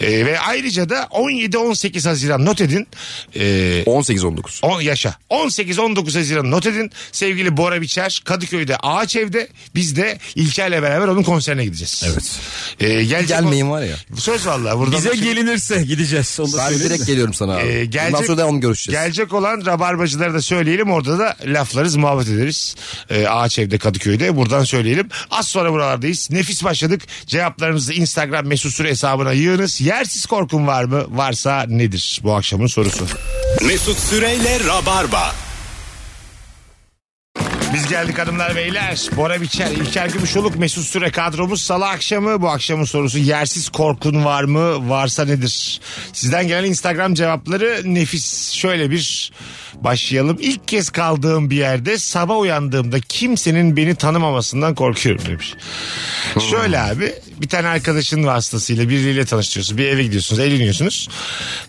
S1: E, ve ayrıca da 17-18 Haziran not edin. E,
S3: 18-19.
S1: on, yaşa. 18-19 Haziran not edin. Sevgili Bora Biçer Kadıköy'de Ağaç Ev'de biz de İlker'le beraber onun konserine gideceğiz.
S4: Evet.
S1: E, gelecek
S3: Gelmeyin var ya.
S1: Söz vallahi. Buradan şey-
S4: Bize
S1: da-
S4: gelinirse gideceğiz. Onu da
S3: Ben
S4: söyleyeyim
S3: direkt
S4: de.
S3: geliyorum sana abi.
S1: Ee,
S3: Bundan sonra devam görüşeceğiz.
S1: Gelecek olan rabarbacıları da söyleyelim. Orada da laflarız, muhabbet ederiz. Ee, Ağaç evde Kadıköy'de. Buradan söyleyelim. Az sonra buralardayız. Nefis başladık. Cevaplarınızı Instagram mesut süre hesabına yığınız. Yersiz korkun var mı? Varsa nedir? Bu akşamın sorusu.
S8: Mesut Süreyle Rabarba.
S1: Biz geldik hanımlar beyler. Bora Biçer, İlker Gümüşoluk, Mesut Süre kadromuz. Salı akşamı bu akşamın sorusu yersiz korkun var mı? Varsa nedir? Sizden gelen Instagram cevapları nefis. Şöyle bir başlayalım. İlk kez kaldığım bir yerde sabah uyandığımda kimsenin beni tanımamasından korkuyorum demiş. Şöyle abi bir tane arkadaşın vasıtasıyla biriyle tanıştırıyorsun. Bir eve gidiyorsunuz, eğleniyorsunuz.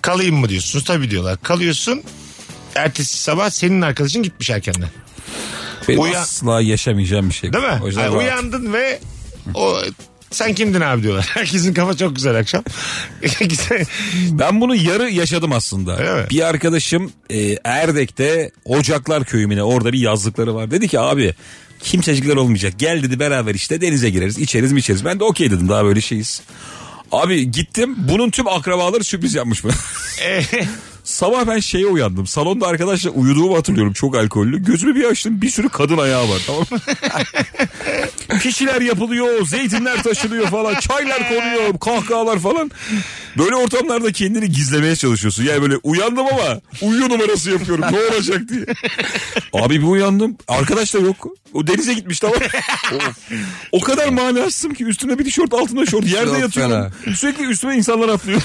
S1: Kalayım mı diyorsunuz? Tabii diyorlar. Kalıyorsun. Ertesi sabah senin arkadaşın gitmiş erkenden.
S4: Benim
S1: Uyan-
S4: asla yaşamayacağım bir şey.
S1: Değil mi?
S4: O yüzden
S1: Ay,
S4: rahat.
S1: uyandın ve o sen kimdin abi diyorlar. Herkesin kafa çok güzel akşam. Güzel.
S4: Ben bunu yarı yaşadım aslında.
S1: Öyle mi?
S4: Bir arkadaşım e, Erdek'te Ocaklar köyüne orada bir yazlıkları var. Dedi ki abi kimsecikler olmayacak. Gel dedi beraber işte denize gireriz içeriz mi içeriz. Ben de okey dedim daha böyle şeyiz. Abi gittim bunun tüm akrabaları sürpriz yapmış bana.
S1: e,
S4: Sabah ben şeye uyandım. Salonda arkadaşla uyuduğumu hatırlıyorum çok alkollü. Gözümü bir açtım bir sürü kadın ayağı var tamam mı? Pişiler yapılıyor, zeytinler taşınıyor falan, çaylar konuyor, kahkahalar falan. Böyle ortamlarda kendini gizlemeye çalışıyorsun. Yani böyle uyandım ama uyuyor numarası yapıyorum ne olacak diye. Abi bir uyandım. Arkadaş da yok. O denize gitmiş tamam. o kadar manasızım ki üstüne bir tişört altında şort. Yerde
S3: Çok
S4: yatıyorum. Sürekli üstüme insanlar atlıyor.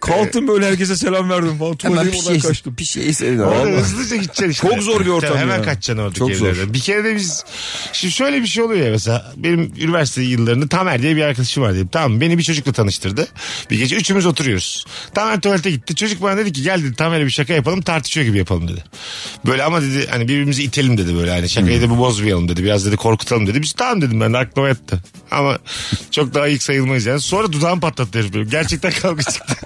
S4: Kalktım böyle herkese selam verdim falan.
S3: Hemen
S4: Tuvaletime
S3: bir
S4: oradan
S3: şey,
S4: kaçtım.
S3: bir şey sevdim.
S1: Orada
S3: Vallahi.
S1: hızlıca gideceksin işte.
S4: Çok zor bir ortam
S1: Hemen
S4: ya.
S1: kaçacaksın oradaki
S4: Çok zor.
S1: evlerden. Bir kere de biz şimdi şöyle bir şey oluyor ya mesela benim üniversite yıllarında Tamer diye bir arkadaşım var diyeyim. Tamam beni bir çocukla tanıştırdı. Bir gece üçümüz oturuyoruz. Tamer tuvalete gitti. Çocuk bana dedi ki gel dedi Tamer'e bir şaka yapalım tartışıyor gibi yapalım dedi. Böyle ama dedi hani birbirimizi itelim dedi böyle hani şakayı da bu bozmayalım dedi. Biraz dedi korkutalım dedi. Biz tamam dedim ben de aklıma yattı. Ama çok daha ilk sayılmayız yani. Sonra dudağımı patlattı herif benim. Gerçekten kavga çıktı.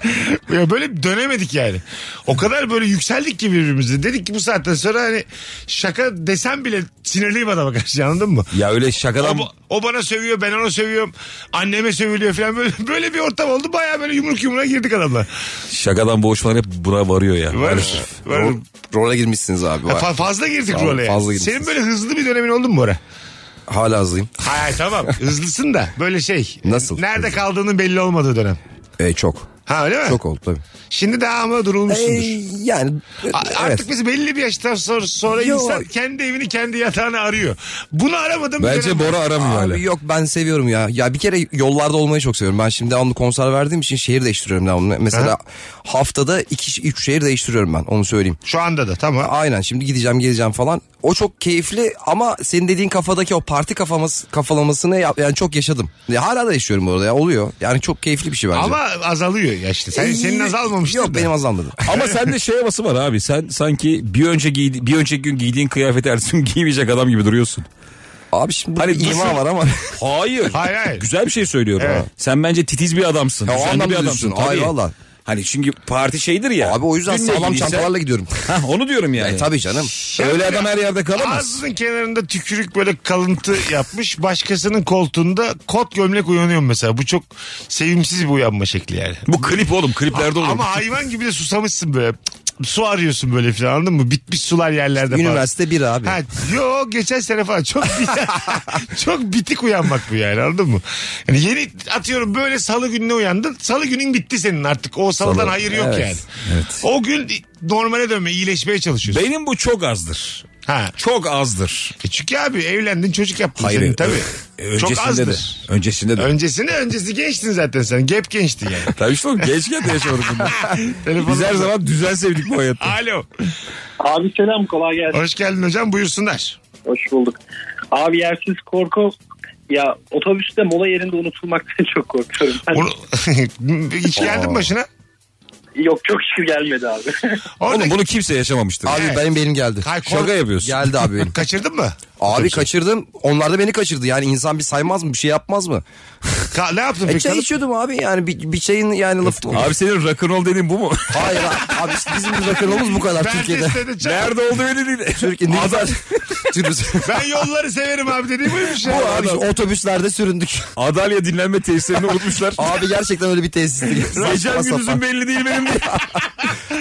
S1: Ya böyle dönemedik yani. O kadar böyle yükseldik ki birbirimize. Dedik ki bu saatten sonra hani şaka desem bile sinirliyim adama karşı anladın mı?
S4: Ya öyle şakadan...
S1: O, o bana sövüyor ben ona sövüyorum. Anneme sövülüyor falan böyle, böyle bir ortam oldu. Baya böyle yumruk yumruğa girdik adamla.
S4: Şakadan boğuşmalar hep buna varıyor ya.
S1: Var, var.
S3: Rol- Role girmişsiniz abi. var.
S1: Fa- fazla girdik
S3: Tamam,
S1: role.
S3: fazla girmişsiniz.
S1: Senin böyle hızlı bir dönemin oldu mu Bora?
S3: Hala hızlıyım.
S1: Hayır tamam hızlısın da böyle şey.
S3: Nasıl?
S1: Nerede kaldığının belli olmadığı dönem.
S3: E, çok.
S1: Ha öyle mi?
S3: Çok oldu tabii.
S1: Şimdi daha ama durulmuşsundur.
S3: E, yani
S1: A-
S3: evet.
S1: Artık biz belli bir yaştan sonra, sonra
S3: Yok.
S1: insan kendi evini kendi yatağını arıyor. Bunu aramadım.
S4: Bence Bora aramıyor
S3: Abi
S4: hala.
S3: yok ben seviyorum ya. Ya bir kere yollarda olmayı çok seviyorum. Ben şimdi devamlı konser verdiğim için şehir değiştiriyorum devamlı. Mesela
S1: Aha.
S3: haftada iki, üç şehir değiştiriyorum ben onu söyleyeyim.
S1: Şu anda da tamam.
S3: Aynen şimdi gideceğim geleceğim falan. O çok keyifli ama senin dediğin kafadaki o parti kafaması, kafalamasını yap- yani çok yaşadım. Ya hala da yaşıyorum orada ya oluyor. Yani çok keyifli bir şey bence.
S1: Ama azalıyor yaşta. Sen,
S3: Ee,
S1: senin azalmamıştır
S3: Yok
S1: da.
S3: benim azalmadı.
S4: Ama sende şey havası var abi. Sen sanki bir önce giydi, bir önceki gün giydiğin kıyafeti ertesi gün giymeyecek adam gibi duruyorsun.
S3: Abi şimdi
S4: Hani
S3: hani bir ima
S4: nasıl-
S3: var ama.
S4: Hayır.
S1: Hayır, hayır.
S4: Güzel bir şey söylüyorum.
S1: Evet.
S4: ha. Sen bence titiz bir adamsın.
S3: Ya o
S4: düzenli
S3: anlamda
S4: bir adamsın.
S3: diyorsun. Hayır,
S4: Tabii.
S3: valla.
S4: Hani çünkü parti şeydir ya.
S3: Abi o yüzden
S4: Dün ne
S3: sağlam
S4: giydiyse-
S3: çantalarla gidiyorum.
S4: Hah, onu diyorum yani.
S3: E, tabii canım.
S1: Ya
S4: Öyle
S1: böyle
S4: adam her yerde kalamaz.
S1: Ağzının kenarında tükürük böyle kalıntı yapmış. Başkasının koltuğunda kot gömlek uyanıyor mesela. Bu çok sevimsiz bir uyanma şekli yani.
S4: Bu klip oğlum kliplerde olur.
S1: Ama hayvan gibi de susamışsın böyle. Cık cık su arıyorsun böyle filan anladın mı? Bitmiş sular yerlerde falan.
S3: Üniversite bir abi.
S1: Ha, yo geçen sene falan çok çok bitik uyanmak bu yani anladın mı? Yani yeni atıyorum böyle salı gününe uyandın. Salı günün bitti senin artık. O salıdan
S3: Salı,
S1: hayır yok
S3: evet,
S1: yani. O gün normale dönme, iyileşmeye çalışıyorsun.
S4: Benim bu çok azdır.
S1: Ha.
S4: Çok azdır.
S1: E çünkü abi evlendin çocuk yaptın senin tabii.
S4: ö-
S1: Çok
S4: öncesinde de.
S1: azdır.
S4: Öncesinde de.
S1: Öncesine öncesi gençtin zaten sen. Gep gençtin yani.
S4: Tabii işte oğlum gençken de yaşamadık bunu.
S1: Telefonu-
S4: Biz her zaman düzen sevdik bu hayatta.
S1: Alo.
S5: Abi selam kolay gelsin.
S1: Hoş geldin hocam buyursunlar.
S5: Hoş bulduk. Abi yersiz korku ya otobüste mola yerinde unutulmaktan çok korkuyorum. Ben-
S1: Onu... Hiç geldin başına.
S5: Yok çok şükür gelmedi abi.
S1: Orada
S4: Oğlum bunu kimse yaşamamıştır.
S3: Abi
S1: Evet.
S3: benim benim geldi.
S1: Hay- kork-
S4: Şaka yapıyorsun.
S3: Geldi abi benim.
S1: kaçırdın mı?
S3: Abi kaçırdım. Onlar da beni kaçırdı. Yani insan bir saymaz mı? Bir şey yapmaz mı?
S1: Ka- ne yaptın
S3: E
S1: peki?
S3: çay içiyordum abi yani bir, bir çayın yani lafı mı?
S4: Abi senin rock'n'roll dediğin bu mu?
S3: Hayır abi, abi işte bizim bir rock'n'roll'umuz bu kadar Türkiye'de.
S1: Mertes'te de çak-
S4: Nerede oldu belli değil.
S3: Türkiye ne güzel. Türkiye-
S1: Ben yolları severim abi dediğim şey. buymuş
S3: Bu
S1: ya.
S3: abi işte otobüslerde süründük.
S4: Adalya dinlenme tesislerini unutmuşlar.
S3: Abi gerçekten öyle bir tesisli.
S4: Gecem gündüzüm belli değil benim diye.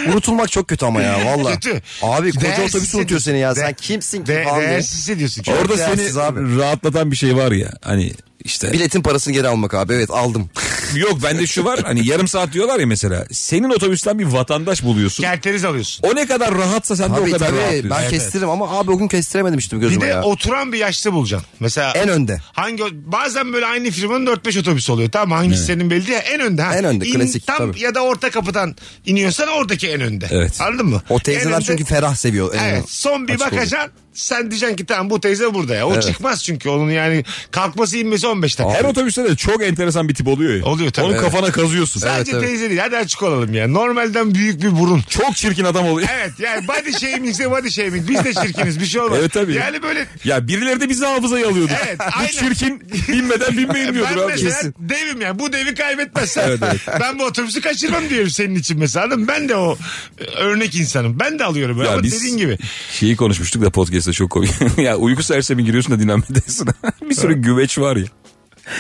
S3: Unutulmak çok kötü ama ya valla.
S1: Kötü.
S3: Abi koca
S1: Değersiz
S3: otobüs unutuyor seni ya. Sen
S1: De-
S3: kimsin ki
S1: De-
S3: falan diye.
S1: değersiz hissediyorsun. ki.
S4: Orada
S3: değersiz
S4: seni
S3: abi.
S4: rahatlatan bir şey var ya. Hani işte.
S3: Biletin parasını geri almak abi evet aldım.
S4: Yok bende şu var. Hani yarım saat diyorlar ya mesela. Senin otobüsten bir vatandaş buluyorsun.
S1: Kerteriz alıyorsun.
S4: O ne kadar rahatsa sen de o
S3: Abi
S4: kadar
S3: tabii
S4: rahatlıyorsun.
S3: ben
S4: Evet.
S3: kestiririm ama abi o gün kestiremedim işte
S1: Bir
S3: gözüme
S1: de
S3: ya.
S1: oturan bir yaşlı bulacaksın. Mesela
S3: En önde.
S1: Hangi bazen böyle aynı firmanın 4-5 otobüsü oluyor tamam mı? hangisi senin belli değil en önde. Ha.
S3: En önde, klasik,
S1: Tam
S3: tabii.
S1: ya da orta kapıdan iniyorsan oradaki en önde.
S4: Evet.
S1: Anladın mı?
S3: O
S1: En
S3: teyzeler
S1: önde-
S3: çünkü ferah seviyor. en
S1: Evet
S3: azından.
S1: son bir
S3: Açık oldu.
S1: bakacaksın sen diyeceksin ki tamam bu teyze burada ya. O çıkmaz çünkü onun yani kalkması inmesi 15 dakika.
S4: Her otobüste de çok enteresan bir tip oluyor ya.
S1: Oluyor tabii.
S4: Onun
S1: Evet.
S4: kafana kazıyorsun.
S1: Sadece teyze değil hadi açık olalım ya. Normalden büyük bir burun.
S4: Çok çirkin adam oluyor.
S1: Evet yani body shaming ise body shaming. Biz de çirkiniz bir şey olmaz.
S4: Evet, tabii.
S1: Yani böyle
S4: Ya birileri de bizi hafızaya alıyordu.
S1: Evet, aynen.
S4: Bu çirkin binmeden binmeyin
S1: ben
S4: diyordur abi.
S1: mesela
S4: Kesin.
S1: devim yani bu devi kaybetmezsem
S4: Evet, evet.
S1: ben bu otobüsü kaçırmam diyorum senin için mesela anladın mı? Ben de o e, örnek insanım. Ben de alıyorum böyle
S4: Ya
S1: ama
S4: biz-
S1: dediğin gibi.
S4: Şeyi konuşmuştuk da podcast'ta çok komik. ya uyku sersemi giriyorsun da dinlenmedesin. bir sürü güveç var ya.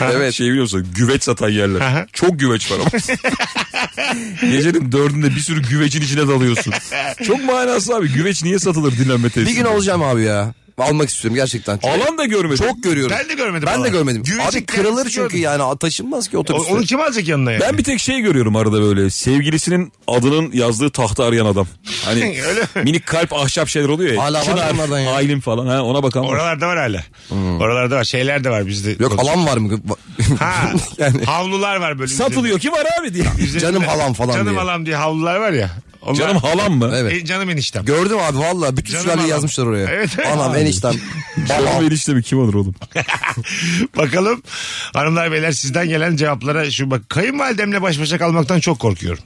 S4: Evet. Şey biliyor musun? Güveç satan
S1: Aha.
S4: yerler. Çok güveç var ama. Gecenin dördünde bir sürü güvecin içine dalıyorsun. Çok manasız abi. Güveç niye satılır dinlenme tesisinde?
S3: Bir gün olacağım abi ya. Almak istiyorum gerçekten. Çok,
S4: Alan da görmedim.
S3: çok görüyorum.
S1: Ben de görmedim
S3: Ben
S1: alan.
S3: de görmedim.
S1: Güvecin
S3: abi
S1: kendisi
S3: kırılır çünkü
S1: gördüm.
S3: yani taşınmaz ki
S1: O-
S3: otobüste.
S1: Onu kim alacak yanına yani?
S4: Ben bir tek şey görüyorum arada böyle sevgilisinin adının yazdığı tahta arayan adam. Hani
S1: Öyle mi?
S4: minik kalp ahşap şeyler oluyor ya.
S3: Hala var
S4: Çınar,
S3: onlardan ya.
S4: Aylin falan ha, ona bakan var.
S1: Oralarda var hala.
S4: Hmm.
S1: Oralarda var. Şeyler de var bizde.
S3: Yok alan var mı?
S1: Ha,
S3: yani
S1: havlular var böyle.
S4: Satılıyor ki var abi diye.
S1: Üzerinde-
S3: Canım halam falan
S1: Canım
S3: diye.
S1: halam diye havlular var ya. Onlar-
S4: Canım halam mı?
S3: Evet.
S1: E, canım eniştem.
S3: Gördüm abi valla bütün
S1: Canım
S3: sülaleyi
S1: adam.
S3: yazmışlar oraya.
S1: Evet, evet.
S3: Anam eniştem.
S4: Canım
S3: babam.
S4: enişte mi kim olur oğlum?
S1: Bakalım hanımlar beyler sizden gelen cevaplara şu bak kayınvalidemle baş başa kalmaktan çok korkuyorum.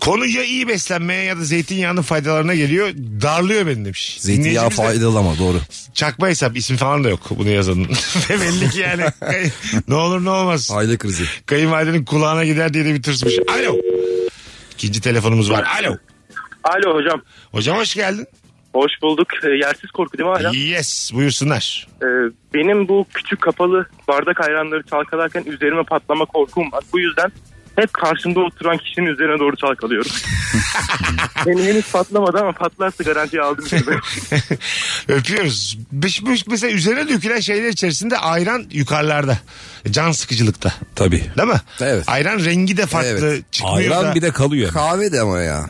S1: Konu ya iyi beslenmeye ya da zeytinyağının faydalarına geliyor darlıyor beni demiş.
S3: Zeytinyağı
S1: Dinleyicimiz de
S3: faydalı ama doğru.
S1: Çakma hesap isim falan da yok bunu yazanın. Ve belli ki yani kay- ne olur ne olmaz.
S3: Aile krizi.
S1: Kayınvalidenin kulağına gider diye de bir tırsmış. Alo. İkinci telefonumuz var. Alo.
S5: Alo hocam.
S1: Hocam hoş geldin.
S5: Hoş bulduk. E, yersiz korku değil mi hala?
S1: Yes buyursunlar.
S5: E, benim bu küçük kapalı bardak ayranları çalkalarken üzerime patlama korkum var. Bu yüzden hep karşımda oturan kişinin üzerine doğru çalkalıyorum. Benim henüz patlamadı ama patlarsa garantiye aldım gibi.
S1: Öpüyoruz. Beş, beş, mesela üzerine dökülen şeyler içerisinde ayran yukarılarda. Can sıkıcılıkta.
S4: Tabii.
S1: Değil mi?
S3: Evet.
S1: Ayran rengi de farklı
S3: Evet.
S1: çıkmıyor da.
S4: Ayran bir de kalıyor.
S3: Kahve de ama ya.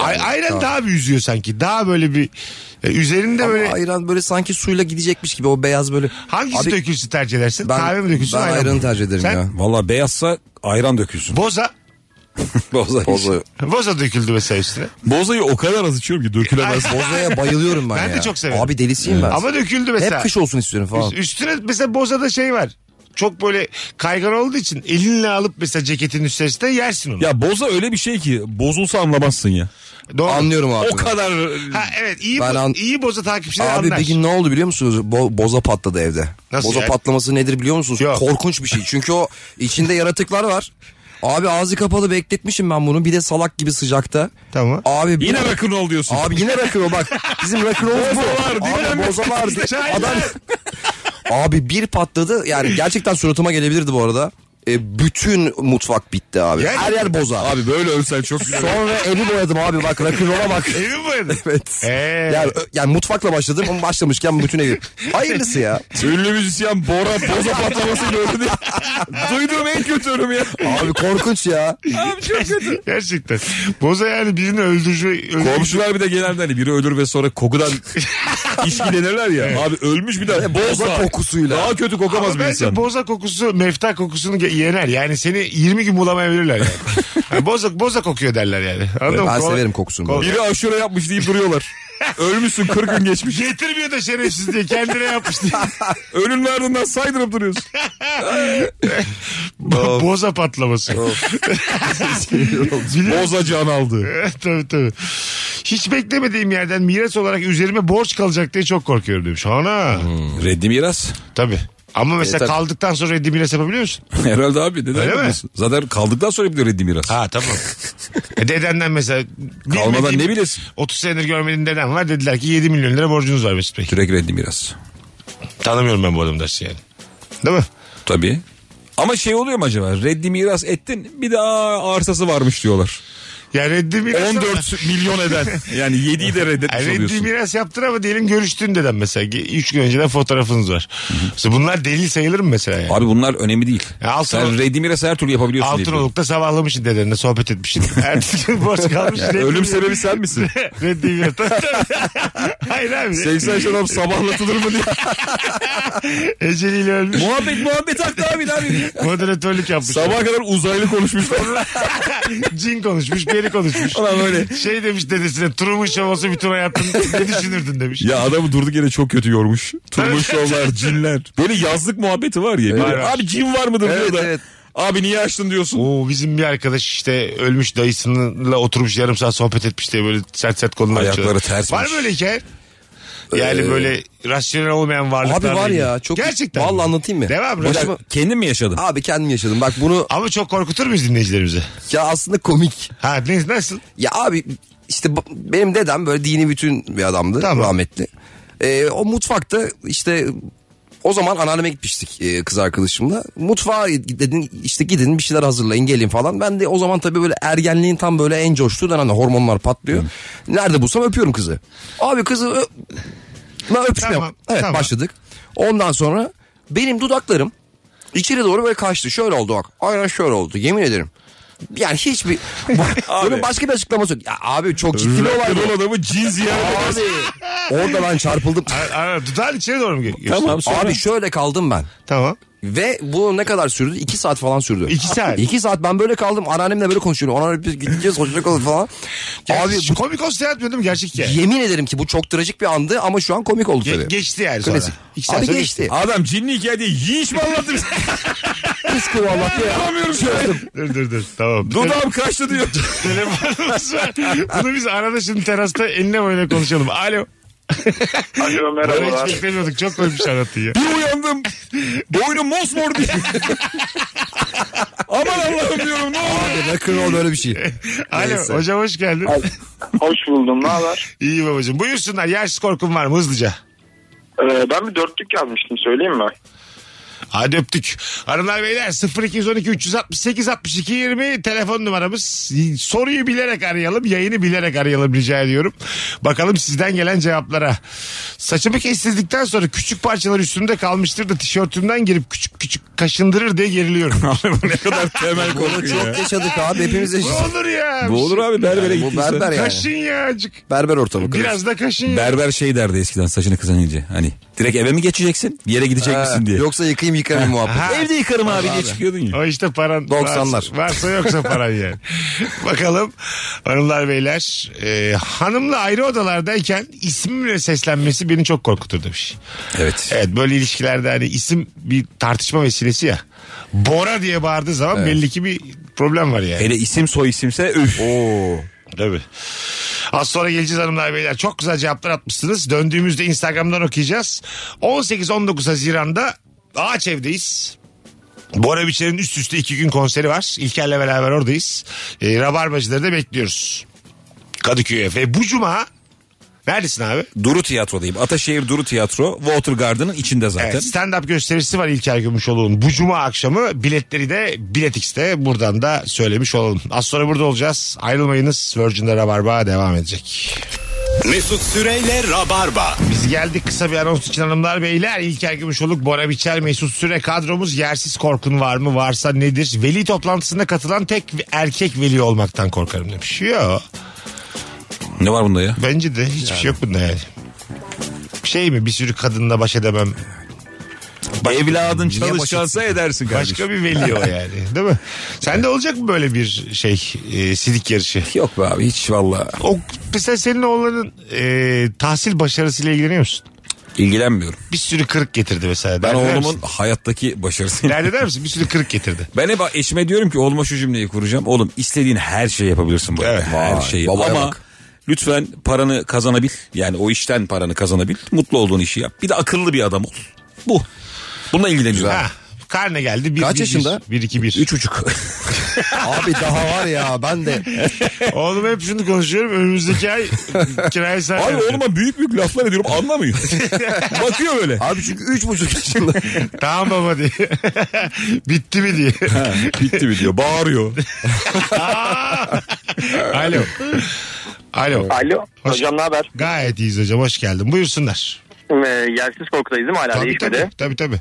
S1: Ay- ayran daha bir üzüyor sanki. Daha böyle bir e, üzerinde
S3: Ama
S1: böyle
S3: ayran böyle sanki suyla gidecekmiş gibi o beyaz böyle.
S1: hangisi
S3: Abi,
S1: dökülsün tercih edersin?
S3: Ben,
S1: Kahve mi dökülsün?
S3: ben
S1: ayran mı?
S3: ayranı tercih ederim
S1: Sen?
S3: ya.
S4: Valla beyazsa ayran dökülsün.
S1: Boza.
S4: Boza.
S3: Boza,
S1: Boza döküldü mesela üstüne.
S4: Bozayı o kadar az içiyorum ki dökülemez.
S3: bozaya bayılıyorum ben,
S1: Ben
S3: ya.
S1: de çok severim.
S3: Abi delisiyim ben.
S1: Ama döküldü mesela.
S3: Hep kış olsun istiyorum falan.
S1: Üst- Üstüne mesela bozada şey var. Çok böyle kaygan olduğu için elinle alıp mesela ceketin üstesine yersin onu.
S4: ya boza öyle bir şey ki bozulsa anlamazsın ya.
S1: Doğru.
S3: Anlıyorum abi.
S4: O kadar
S1: Ha evet iyi,
S3: Ben
S1: bo-
S3: an-
S1: iyi boza takipçileri
S3: Abi
S1: anlar.
S3: bir gün ne oldu biliyor musunuz? Bo- boza patladı evde.
S1: Nasıl
S3: boza
S1: yani?
S3: patlaması nedir biliyor musunuz?
S1: Yok.
S3: Korkunç bir şey. Çünkü o içinde yaratıklar var. Abi ağzı kapalı bekletmişim ben bunu. Bir de salak gibi sıcakta.
S1: Tamam.
S3: Abi bir-
S4: yine rakın ol diyorsun.
S3: Abi yine rakıyor bak. Bizim rakıyoruz bu.
S4: Bozalar,
S3: Abi
S4: dinlenme.
S3: bozalar. Adam... Abi bir patladı yani gerçekten suratıma gelebilirdi bu arada. e, bütün mutfak bitti abi.
S1: Yani-
S3: Her yer boza.
S4: Abi böyle ölsen çok güzel.
S3: Sonra evi boyadım abi bak rock'n'roll'a bak.
S1: Evi mi boyadın?
S3: evet.
S1: Ee,
S3: Yani, ö- yani mutfakla başladım ama başlamışken bütün evi. Hayırlısı ya.
S4: Ünlü müzisyen Bora boza patlamasıyla öldü diye. Duyduğum en kötü ölüm ya.
S3: Abi korkunç ya.
S1: gerçekten. Boza yani birini öldürücü. öldürücü-
S4: Komşular bir de genelde hani biri ölür ve sonra kokudan işkilenirler ya. Abi ölmüş bir de boza
S3: kokusuyla.
S4: Daha kötü
S1: Ama
S4: kokamaz bir
S1: bence
S4: insan.
S1: boza kokusu mefta kokusunu ge- yener. Yani seni 20 gün bulamayabilirler yani. yani boza, boza kokuyor derler yani. Anladın mı?
S3: Ben
S1: Kolay-
S3: severim kokusunu. bu
S1: Kol-
S3: arada.
S4: Biri aşure yapmış deyip duruyorlar. Ölmüşsün 40 gün geçmiş.
S1: Getirmiyor da şerefsiz diye kendine yapmış diye.
S4: Ölünün ardından saydırıp duruyorsun.
S1: Bo- boza patlaması. Biliyor musun?
S4: Boza can aldı.
S1: tabii tabii. Hiç beklemediğim yerden miras olarak üzerime borç kalacak diye çok korkuyorum demiş. Ana.
S4: Reddi miras.
S1: Tabii. Ama
S4: E,
S1: mesela
S3: tabii.
S1: kaldıktan sonra reddi miras yapabiliyor musun?
S4: Herhalde abi neden
S1: Öyle mi?
S4: yapıyorsun? Zaten kaldıktan sonra bir de reddi miras.
S1: Ha tamam. e dedenden mesela.
S4: Kalmadan
S1: bilmediğim-
S4: ne bilesin?
S1: 30 senedir görmediğin deden var dediler ki 7 milyon lira borcunuz var Mesut Bey.
S4: Direkt reddi miras.
S1: Tanımıyorum ben bu adamı dersi yani. Değil mi?
S4: Tabii. Ama şey oluyor mu acaba? Reddi miras ettin bir daha arsası varmış diyorlar.
S1: Ya reddi miras
S4: 14 milyon eden. Yani 7'yi de
S1: Yani
S4: reddetmiş
S1: reddi
S4: oluyorsun.
S1: miras yaptır ama diyelim görüştün deden mesela. 3 gün önceden fotoğrafınız var. Mesela bunlar delil sayılır mı mesela yani?
S4: Abi bunlar önemli değil.
S1: Ya altın ol-
S4: Sen reddi miras her türlü yapabiliyorsun. diye biliyorum.
S1: Altınoluk'ta sabahlamışsın dedenle sohbet etmişsin. Ertesi gün borç kalmış. reddi
S4: Ölüm
S1: miras-
S4: sebebi sen misin?
S1: Reddi miras. Tabii, tabii. Hayır abi.
S4: 80 yaş adam sabahlatılır mı diye.
S1: Eceliyle ölmüş.
S4: muhabbet muhabbet aktı abi abi.
S1: Moderatörlük yapmış.
S4: Sabaha kadar uzaylı konuşmuşlar.
S1: Cin konuşmuş, peri konuşmuş.
S4: Ulan öyle.
S1: Şey demiş dedesine turumun şovası bütün hayatın ne düşünürdün demiş.
S4: ya adamı durduk yere çok kötü yormuş. Turmuş yollar, cinler. Böyle yazlık muhabbeti var ya.
S1: Var, var.
S4: Abi cin var mıdır
S3: Evet,
S4: diyor da.
S3: evet.
S4: Abi niye açtın diyorsun.
S1: Oo, bizim bir arkadaş işte ölmüş dayısıyla oturmuş yarım saat sohbet etmiş diye böyle sert sert konular
S4: Ayakları
S1: açıyorlar.
S4: tersmiş.
S1: Var mı böyle hikaye? Yani böyle rasyonel olmayan
S3: Ee, Abi
S1: varlıklarla
S3: var ya
S1: ilgili.
S3: çok
S1: Gerçekten.
S3: Vallahi
S1: mi?
S3: anlatayım mı?
S1: Devam.
S3: Başıma-
S1: Rasim-
S4: Kendin mi yaşadın?
S3: Abi kendim yaşadım. Bak bunu
S1: Ama çok korkutur muyuz dinleyicilerimizi?
S3: ya aslında komik.
S1: Ha ne, nasıl?
S3: Ya abi işte b- benim dedem böyle dini bütün bir adamdı
S1: Tamam.
S3: rahmetli. Ee, o mutfakta işte o zaman anneanneme gitmiştik e, kız arkadaşımla. Mutfağa dedin işte gidin bir şeyler hazırlayın gelin falan. Ben de o zaman tabii böyle ergenliğin tam böyle en coştuğu dönemde hormonlar patlıyor. Nerede bulsam öpüyorum kızı. Abi kızı ö- ben öpüşmeye
S1: Tamam,
S3: evet,
S1: tamam.
S3: başladık. Ondan sonra benim dudaklarım içeri doğru böyle kaçtı. Şöyle oldu bak. Aynen şöyle oldu yemin ederim. Yani hiçbir... Bunun başka bir açıklaması yok. Ya abi çok ciddi bir olay bu.
S4: Rock'n'roll adamı cin ziyaret.
S3: Abi. Orada ben çarpıldım.
S1: Ara, ara, dudağın içeri doğru mu geliyor?
S4: Tamam sonra.
S3: Abi şöyle kaldım ben.
S1: Tamam.
S3: Ve bu ne kadar sürdü? İki saat falan sürdü.
S1: İki saat.
S3: İki saat ben böyle kaldım. Anneannemle böyle konuşuyorum. Anneannem biz gideceğiz hoşçakalın falan.
S1: Abi
S3: Abi
S1: bu komik olsun yapmıyor değil mi? Gerçek ya.
S3: yemin ederim ki bu çok trajik bir andı ama şu an komik oldu
S1: Ge-
S3: tabii.
S1: geçti yani sonra.
S3: Klasik.
S1: İki saat
S3: Abi
S1: sonra
S3: geçti.
S4: Adam cinli hikaye diye yiyiş mi anlattı bize?
S3: Kız kıvallattı ya.
S4: Anlamıyorum şu an.
S1: Dur dur dur. Tamam.
S4: Dudağım kaçtı diyor.
S1: Telefonumuz var. Bunu biz arada şimdi terasta enine boyuna konuşalım. Alo.
S6: Alo
S1: Böyle hiç beklemiyorduk. Çok koymuş anlattın ya.
S4: Bir uyandım. Boynum mosmor diye. Aman Allah'ım diyorum ne olur.
S3: Rock'n'roll böyle bir şey.
S1: Alo
S3: Neyse.
S1: hocam hoş geldin.
S6: Hoş buldum. Ne haber?
S1: İyi babacığım. Buyursunlar. Yaş korkun var mı hızlıca?
S6: Ee, ben bir dörtlük yazmıştım söyleyeyim mi?
S1: Hadi öptük. Hanımlar beyler 0212 368 62 20 telefon numaramız. Soruyu bilerek arayalım, yayını bilerek arayalım rica ediyorum. Bakalım sizden gelen cevaplara. Saçımı kestirdikten sonra küçük parçalar üstümde kalmıştır da tişörtümden girip küçük küçük kaşındırır diye geriliyorum.
S4: ne kadar temel
S3: Bunu
S4: korku ya.
S3: çok yaşadık abi hepimiz
S1: Bu
S3: yaşadık.
S1: olur ya.
S4: Bu olur abi berbere
S3: Bu berber
S4: gittiyse.
S3: yani.
S1: Kaşın ya azıcık.
S3: Berber ortamı. klasik.
S1: Biraz da kaşın ya.
S4: Berber şey derdi eskiden saçını kızanınca. Hani direkt eve mi geçeceksin? Bir yere gidecek
S3: Ha,
S4: misin diye.
S3: Yoksa yıkayayım yıkamayayım muhabbet.
S4: Evde yıkarım abi, diye çıkıyordun ya.
S1: O işte paran
S3: 90'lar.
S1: varsa, varsa yoksa paran yani. Bakalım hanımlar beyler e, hanımla ayrı odalardayken ismimle seslenmesi beni çok korkutur demiş.
S4: Evet.
S1: Evet böyle ilişkilerde hani isim bir tartışma vesilesi ya. Bora diye bağırdığı zaman belli ki bir problem var yani.
S4: Hele isim soy isimse üf.
S1: Tabii. Az sonra geleceğiz hanımlar beyler. Çok güzel cevaplar atmışsınız. Döndüğümüzde Instagram'dan okuyacağız. 18-19 Haziran'da Ağaç Ev'deyiz. Bora Biçer'in üst üste iki gün konseri var. İlker'le beraber Ee, oradayız. E, Rabarbacıları da bekliyoruz. Kadıköy Efe. Bu cuma Neredesin abi?
S4: Duru Tiyatro'dayım. Ataşehir Duru Tiyatro Water Garden'ın içinde zaten.
S1: Evet, stand-up gösterisi var İlker Gümüşoğlu'nun. Bu cuma akşamı biletleri de Biletix'te buradan da söylemiş olalım. Az sonra burada olacağız. Ayrılmayınız. Virgin'de Rabarba devam edecek.
S8: Mesut Süreyle Rabarba.
S1: Biz geldik kısa bir anons için hanımlar beyler. İlker Gümüşoluk, Bora Biçer, Mesut Süre kadromuz. Yersiz korkun var mı? Varsa nedir? Veli toplantısında katılan tek erkek veli olmaktan korkarım demiş. Yo
S4: Ne var bunda ya?
S1: bence de hiçbir şey yok bunda yani. Şey mi bir sürü kadınla baş edemem.
S4: Evladın
S3: Niye
S4: çalışkansa edersin kardeşim.
S1: Başka bir veli o yani değil mi? Sende olacak mı böyle bir şey e, sidik yarışı?
S4: Yok be abi hiç valla.
S1: O, mesela senin oğlanın e, tahsil başarısıyla ilgileniyor musun?
S4: ilgilenmiyorum.
S1: Bir sürü kırık getirdi mesela.
S4: Ben
S1: Dert eder
S4: oğlumun
S1: misin?
S4: hayattaki başarısı.
S1: Dert eder misin? Bir sürü kırık getirdi.
S4: Ben hep eşime diyorum ki oğluma şu cümleyi kuracağım. Oğlum istediğin her şeyi yapabilirsin bu
S1: Evet.
S4: evet. Her
S3: Vay,
S4: şeyi.
S3: babaya
S4: Ama
S3: bak.
S4: lütfen paranı kazanabil. Yani o işten paranı kazanabil. Mutlu olduğun işi yap. Bir de akıllı bir adam ol. Bu. Bununla ilgileniyorum.
S1: Ha, karne geldi. Bir,
S3: Kaç
S1: bir,
S3: yaşında?
S1: 1 2 1.
S4: Üç buçuk.
S3: Abi daha var ya ben de.
S1: Oğlum hep şunu konuşuyorum. Önümüzdeki ay kirayı sen
S4: Abi
S1: ver.
S4: oğluma büyük büyük laflar ediyorum anlamıyor. Bakıyor böyle.
S3: Abi çünkü üç buçuk yaşında.
S1: Tamam baba diye. Bitti mi diye.
S4: Bitti mi diyor. Bağırıyor.
S1: Alo. Alo.
S6: Alo.
S1: Hoş-
S6: Hocam ne haber?
S1: Gayet iyiyiz hocam. Hoş geldin. Buyursunlar.
S6: Ee, yersiz korkudayız değil mi? Hala
S1: Tabii
S6: değişmedi.
S1: tabii, tabii tabii.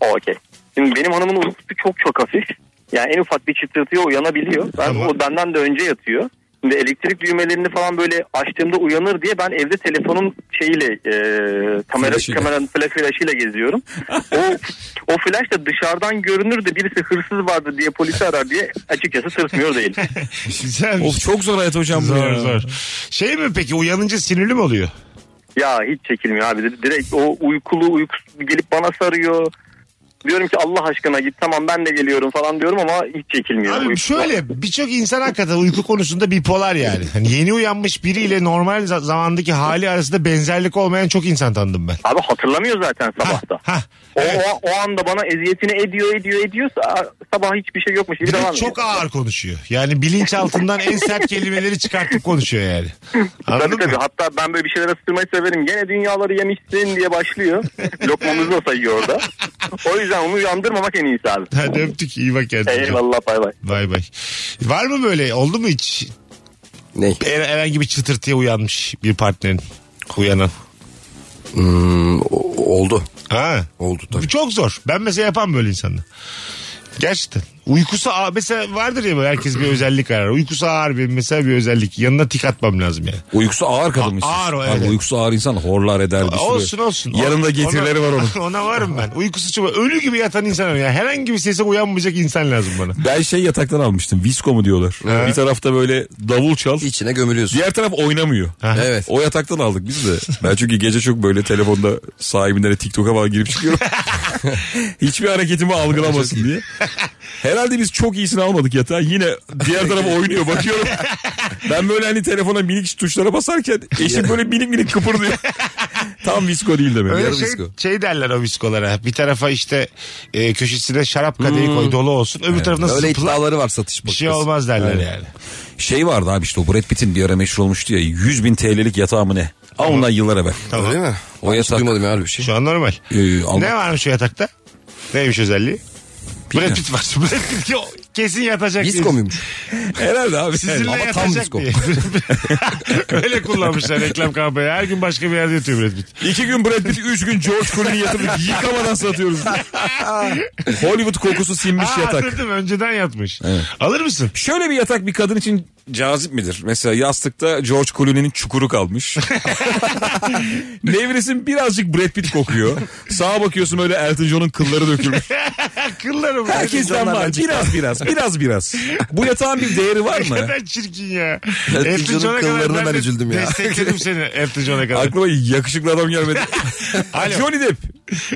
S6: Okey. Şimdi benim hanımın uykusu çok çok hafif. Yani en ufak bir çıtırtıya uyanabiliyor. Ben
S1: Tamam.
S6: o benden de önce yatıyor. Şimdi elektrik düğmelerini falan böyle açtığımda uyanır diye ben evde telefonun şeyiyle e, kamera
S4: Flaşıyla.
S6: kameranın flash flaşıyla geziyorum. o o flash da dışarıdan görünür de birisi hırsız vardı diye polisi arar diye açıkçası tırsmıyor değil.
S1: Güzelmiş.
S4: of çok zor hayat hocam bu
S1: Zor
S4: ya.
S1: zor. Şey mi peki uyanınca sinirli mi oluyor?
S6: Ya hiç çekilmiyor abi. Direkt o uykulu uykusu gelip bana sarıyor. Diyorum ki Allah aşkına git tamam ben de geliyorum falan diyorum ama hiç çekilmiyor.
S1: Abi
S6: Uykusu.
S1: şöyle birçok insan hakikaten uyku konusunda bipolar yani. Hani yeni uyanmış biriyle normal za- zamandaki hali arasında benzerlik olmayan çok insan tanıdım ben.
S6: Abi hatırlamıyor zaten sabahta.
S1: Hah.
S6: O, o, o anda bana eziyetini ediyor ediyor ediyorsa a- sabah hiçbir şey yokmuş gibi
S1: Bir de
S6: devam ediyor.
S1: çok ağır konuşuyor. Yani bilinçaltından en sert kelimeleri çıkartıp konuşuyor yani. Anladın
S6: Tabii tabii
S1: mı?
S6: hatta ben böyle bir şeylere sığmayı severim. Gene dünyaları yemişsin diye başlıyor. Lokmamızı da sayıyor orada. O yüzden onu uyandırmamak en iyisi abi.
S1: Hadi öptük iyi bak kendine.
S6: Eyvallah bay bay.
S1: Bay bay. Var mı böyle oldu mu hiç
S3: ne?
S1: her- herhangi bir çıtırtıya uyanmış bir partnerin uyanan?
S3: Hmm, o- oldu.
S1: Ha.
S3: Oldu tabii.
S1: Bu çok zor. Ben mesela yapam böyle insanla. Gerçekten. Uykusu ağır. Mesela vardır ya böyle herkes bir özellik arar. Uykusu ağır bir mesela bir özellik. Yanına tik atmam lazım yani.
S4: Uykusu ağır kadınmış.
S1: Ağır o,
S4: Abi
S1: evet.
S4: Uykusu ağır insan horlar eder. Bir sürü.
S1: Olsun olsun.
S4: Yanında
S1: Ona-
S4: getirileri var onun.
S1: Ona varım ben. Uykusu çok ölü gibi yatan insan arıyorum. Yani herhangi bir sese uyanmayacak insan lazım bana.
S4: Ben şey yataktan almıştım. Visko mu diyorlar. Bir tarafta böyle davul çal.
S3: İçine gömülüyorsun.
S4: Diğer taraf oynamıyor.
S3: Evet.
S4: O yataktan aldık biz de. Ben çünkü gece çok böyle telefonda sahibinden TikTok'a falan girip çıkıyorum. Hiçbir hareketimi algılamasın diye. Herhalde biz çok iyisini almadık yatağa. Yine diğer taraf oynuyor bakıyorum. Ben böyle hani telefona minik tuşlara basarken eşim böyle minik minik kıpırdıyor. Tam visko değil demek.
S1: Öyle
S4: Yarım
S1: şey,
S4: visko.
S1: şey derler o viskolara. Bir tarafa işte e, köşesine şarap kadehi
S4: Hmm.
S1: koy dolu olsun. Öbür tarafına
S3: Öyle
S1: zıpla.
S3: iddiaları var satış
S1: Bir şey
S3: bankası.
S1: olmaz derler yani.
S4: Şey vardı abi işte o Brad Pitt'in bir ara meşhur olmuştu ya 100 bin TL'lik yatağı mı ne? Ama ondan yıllar evvel.
S3: Öyle mi?
S4: O
S3: O
S4: yasak.
S3: yasak. Duymadım ya öyle bir şey.
S1: Şu an normal.
S4: Ee, al-
S1: Ne varmış o yatakta? Neymiş özelliği? Brad
S4: Bilmiyorum.
S1: Pitt var. Brad Pitt ki o kesin yatacak. diye.
S3: Visko muymuş?
S4: Herhalde abi.
S1: Sizinle
S3: Ama tam
S1: yatacak
S3: disco.
S1: diye. Öyle kullanmışlar reklam kampanya. Her gün başka bir yerde yatıyor Brad Pitt.
S4: İki gün Brad Pitt, üç gün George Clooney yatırdık. Yıkamadan satıyoruz. Hollywood kokusu sinmiş
S1: Aa,
S4: yatak.
S1: hatırladım, önceden yatmış. Alır mısın?
S4: Şöyle bir yatak bir kadın için cazip midir? Mesela yastıkta George Clooney'nin çukuru kalmış. Nevresim birazcık Brad Pitt kokuyor. Sağa bakıyorsun böyle Elton John'un kılları dökülmüş.
S1: Akıllarım.
S4: Herkesten var. Biraz biraz. Biraz biraz. Bu yatağın bir değeri var mı?
S1: kadar çirkin ya.
S3: Elton
S1: Elton
S3: John'un
S1: John'a kadar
S3: kıllarına ben
S1: de
S3: üzüldüm ya.
S1: Destekledim seni Elton John'a kadar.
S4: Aklıma yakışıklı adam gelmedi.
S1: Alo.
S4: Johnny Depp.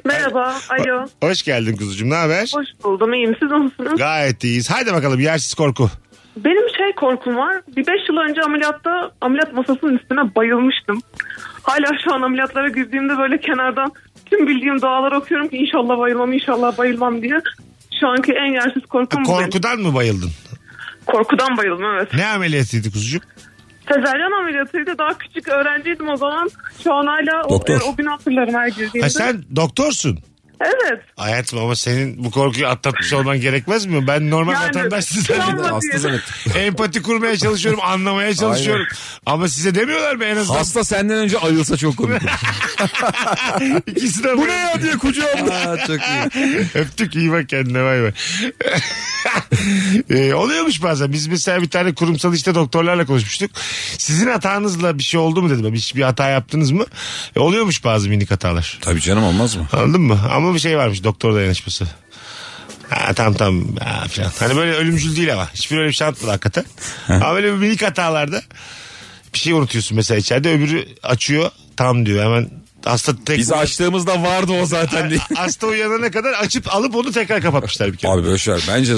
S9: Merhaba, alo.
S1: Hoş geldin kuzucuğum ne haber?
S9: Hoş buldum, iyiyim. Siz nasılsınız?
S1: Gayet iyiyiz. Haydi bakalım yersiz korku.
S9: Benim şey korkum var. Bir 5 yıl önce ameliyatta ameliyat masasının üstüne bayılmıştım. Hala şu an ameliyatlara girdiğimde böyle kenardan tüm bildiğim dualar okuyorum ki inşallah bayılmam, inşallah bayılmam diye. Şu anki en yersiz korkum bu benim.
S1: Korkudan mı bayıldın?
S9: Korkudan bayılma evet.
S1: Ne ameliyatıydı kuzucuğum?
S9: Sezeryan ameliyatıydı. Daha küçük öğrenciydim o zaman. Şu an hala o,
S4: Doktor.
S9: e, o gün hatırlarım her girdiğimde.
S1: Ha, sen doktorsun.
S9: Evet.
S1: Hayatım ama senin bu korkuyu atlatmış olman gerekmez mi? Ben normal
S9: Yani,
S1: vatandaşsın
S9: travma
S1: zannediyorum.
S9: diye.
S3: Hasta zannettim.
S1: Empati kurmaya çalışıyorum, anlamaya çalışıyorum. Ama size demiyorlar mı en azından?
S3: Hasta senden önce ayılsa çok komik.
S1: İkisi de bu ne ya diye kucağımda.
S3: Aa, çok iyi.
S1: Öptük iyi bak kendine bay bay. Ee, oluyormuş bazen. Biz mesela bir tane kurumsal işte doktorlarla konuşmuştuk. Sizin hatanızla bir şey oldu mu dedim. Hiç bir hata yaptınız mı? E, oluyormuş bazı minik hatalar.
S4: Tabii canım olmaz mı?
S1: Anladın mı? Ama bir şey varmış doktor dayanışması. Ha tamam tamam ha, falan. Hani böyle ölümcül değil ama. Hiçbir öyle bir şey atmadı hakikaten. ama böyle bir minik hatalarda bir şey unutuyorsun mesela içeride. Öbürü açıyor tam diyor hemen hasta tek
S4: Biz açtığımızda vardı o zaten
S3: Hani-
S4: diye.
S1: hasta uyanana kadar açıp alıp onu tekrar kapatmışlar bir kere.
S4: Abi böyle şeyler bence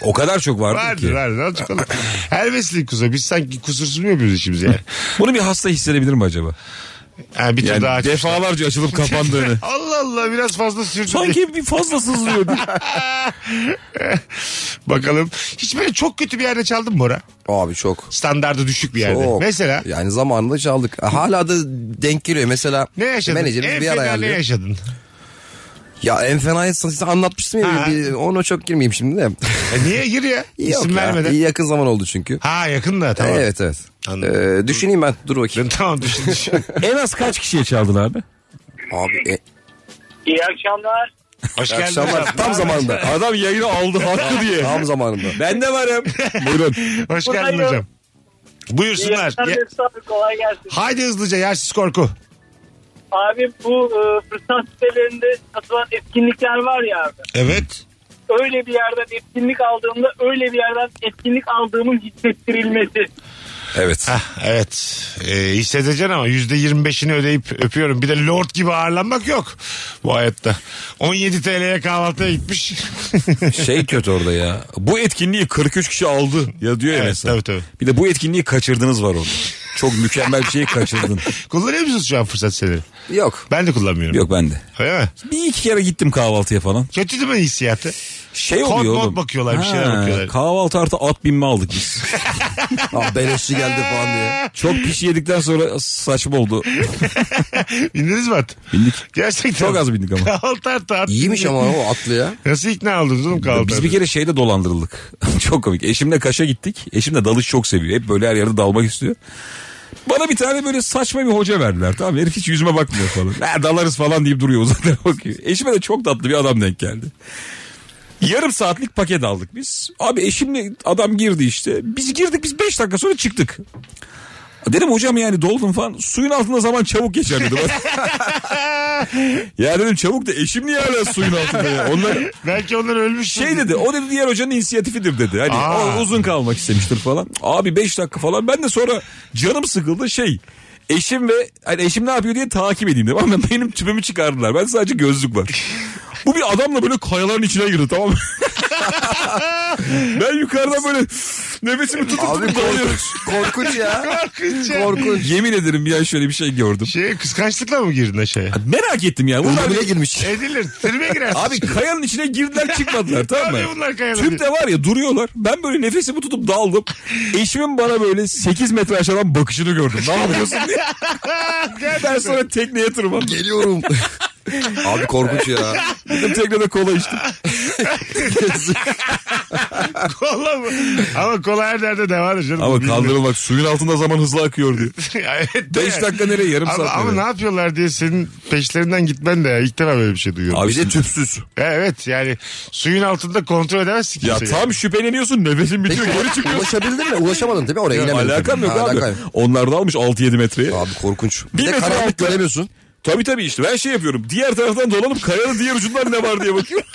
S4: o kadar çok vardı,
S1: Vardır
S4: ki.
S1: vardır azıcık olur. Her mesleğin kuzu. Biz sanki kusursuz mu yapıyoruz işimizi yani?
S4: Bunu bir hasta hissedebilir mi acaba?
S1: Ha, bir tur daha
S4: Yani
S1: açmışlar.
S4: defalarca açılıp kapandığını.
S1: Allah Allah biraz fazla sürdü.
S4: Sanki bir fazla sızlıyor.
S1: Bakalım. Hiç böyle çok kötü bir yerde çaldın mı Bora?
S3: Abi çok.
S1: Standardı düşük bir yerde.
S3: Çok.
S1: Mesela
S3: Yani zamanında çaldık. Hala da denk geliyor. Mesela
S1: ne yaşadın?
S3: menajerimiz
S1: en
S3: bir yer
S1: fena ne
S3: ayarlıyor.
S1: yaşadın?
S3: ya en fena size anlatmıştım ya.
S1: Ha.
S3: Bir, ona çok girmeyeyim şimdi de.
S1: E niye gir ya?
S3: Yok
S1: İsim
S3: ya,
S1: vermeden.
S3: Yakın zaman oldu çünkü.
S1: Ha yakın da tamam.
S3: Evet evet.
S1: Anladım.
S3: Ee, düşüneyim ben. Dur bakayım.
S1: Tamam düşün düşün.
S4: en az kaç kişiye çaldın abi?
S3: Abi e,
S6: İyi akşamlar.
S1: Hoş geldin.
S3: akşamlar
S1: hocam.
S3: tam zamanında.
S4: Adam yayını aldı hakkı diye.
S3: Tam zamanında.
S4: Ben de varım. Buyurun.
S1: Hoş geldin
S6: Buradayım.
S1: hocam. Buyursunlar. Ya-
S6: Kolay gelsin.
S1: Haydi hızlıca yersiz korku.
S6: Abi bu e, fırsat sitelerinde satılan etkinlikler var ya abi.
S1: Evet.
S6: Öyle bir yerden etkinlik aldığımda öyle bir yerden etkinlik aldığımın hissettirilmesi.
S4: Evet.
S1: Hah, evet. Ee, hissedeceksin ama %25'ini ödeyip öpüyorum. Bir de lord gibi ağırlanmak yok bu hayatta. 17 TL'ye kahvaltıya gitmiş.
S4: Şey kötü orada ya. Bu etkinliği 43 kişi aldı. Ya diyor ya
S1: Evet,
S4: mesela.
S1: tabii, tabii.
S4: Bir de bu etkinliği kaçırdınız var orada. Çok mükemmel bir şeyi kaçırdın.
S1: Kullanıyor musunuz şu an fırsat siteleri?
S3: Yok.
S1: Ben de kullanmıyorum.
S4: Yok bende.
S1: Öyle mi?
S4: Bir iki kere gittim kahvaltıya falan.
S1: Kötü değil mi hissiyatı?
S4: Şey
S1: Kod,
S4: oluyor
S1: mod
S4: oğlum.
S1: bakıyorlar, bir şeyler bakıyorlar.
S4: Kahvaltı artı at binme aldık biz.
S3: Abi beleşçi geldi falan diye.
S4: Çok pişi yedikten sonra saçma oldu.
S1: Bindiniz mi at?
S4: Bindik.
S1: Gerçekten.
S4: Çok az bindik ama.
S1: Kahvaltı artı at.
S3: İyiymiş ama o atlı ya.
S1: Nasıl ikna oldunuz oğlum kahvaltı
S4: Biz
S1: artı?
S4: bir kere şeyde dolandırıldık. çok komik. Eşimle Kaş'a gittik. Eşim de dalış çok seviyor. Hep böyle her yerde dalmak istiyor. Bana bir tane böyle saçma bir hoca verdiler. Tamam mı? herif hiç yüzüme bakmıyor falan. Ha, dalarız falan deyip duruyor uzaklara bakıyor. Eşime de çok tatlı bir adam denk geldi. Yarım saatlik paket aldık biz. Abi eşimle adam girdi işte. Biz girdik biz 5 dakika sonra çıktık. Dedim hocam yani doldum falan. Suyun altında zaman çabuk geçer dedi. ya dedim çabuk da eşim niye hala suyun altında ya? Onlar
S1: Belki onlar ölmüş.
S4: şey dedi o dedi diğer hocanın inisiyatifidir dedi. Hani
S1: Aa.
S4: o uzun kalmak istemiştir falan. Abi 5 dakika falan ben de sonra canım sıkıldı şey eşim ve hani eşim ne yapıyor diye takip edeyim dedim. Ama benim tüpümü çıkardılar. Ben sadece gözlük var. Bu bir adamla böyle kayaların içine girdi tamam mı? ben yukarıdan böyle nefesimi tutup
S3: Abi
S4: tutup dalıyorum.
S3: korkunç. Korkunç ya.
S1: Korkunç ya.
S3: Korkunç.
S4: Yemin ederim ya şöyle bir şey gördüm.
S1: Şey kıskançlıkla mı girdin aşağıya?
S4: Merak ettim ya. Bunlar
S3: Bile girmiş.
S1: Edilir. Tribe girersin.
S4: Abi kayanın içine girdiler çıkmadılar tamam mı?
S1: Abi bunlar kayalar.
S4: Tüp de var ya duruyorlar. Ben böyle nefesimi tutup daldım. Eşimin bana böyle 8 metre aşağıdan bakışını gördüm. Ne yapıyorsun diye. ben sonra tekneye tırmandım.
S3: Geliyorum. Abi korkunç ya.
S4: Gittim teknede kola içtim.
S1: kola mı? Ama kola her yerde devam ediyor. canım.
S4: Ama
S1: Bilmiyorum.
S4: kaldırılmak suyun altında zaman hızlı akıyor diyor.
S1: Ya evet de.
S4: 5 dakika nereye yarım
S1: Ama,
S4: saat
S1: ama ne
S4: nereye?
S1: yapıyorlar diye senin peşlerinden gitmen de ya. İlk defa böyle bir şey duyuyorum. E,
S4: Abi de tüpsüz.
S1: Evet yani suyun altında kontrol edemezsin
S3: Şey-
S4: Ya
S1: kimseyi.
S4: tam şüpheleniyorsun nefesin bitiyor geri çıkıyorsun.
S3: Ulaşabildin mi? Ulaşamadın tabii oraya inemedin.
S4: Alakam
S3: tabii.
S4: yok
S3: Ha,
S4: abi.
S3: alakam yok.
S4: Onlar da almış 6-7 metreye.
S3: Abi korkunç. Bir,
S4: Bir
S3: de
S4: metre
S3: karanlık
S4: altı.
S3: göremiyorsun.
S4: Tabii tabii işte ben şey yapıyorum. Diğer taraftan dolanıp kayanın diğer ucundan ne var diye bakıyorum.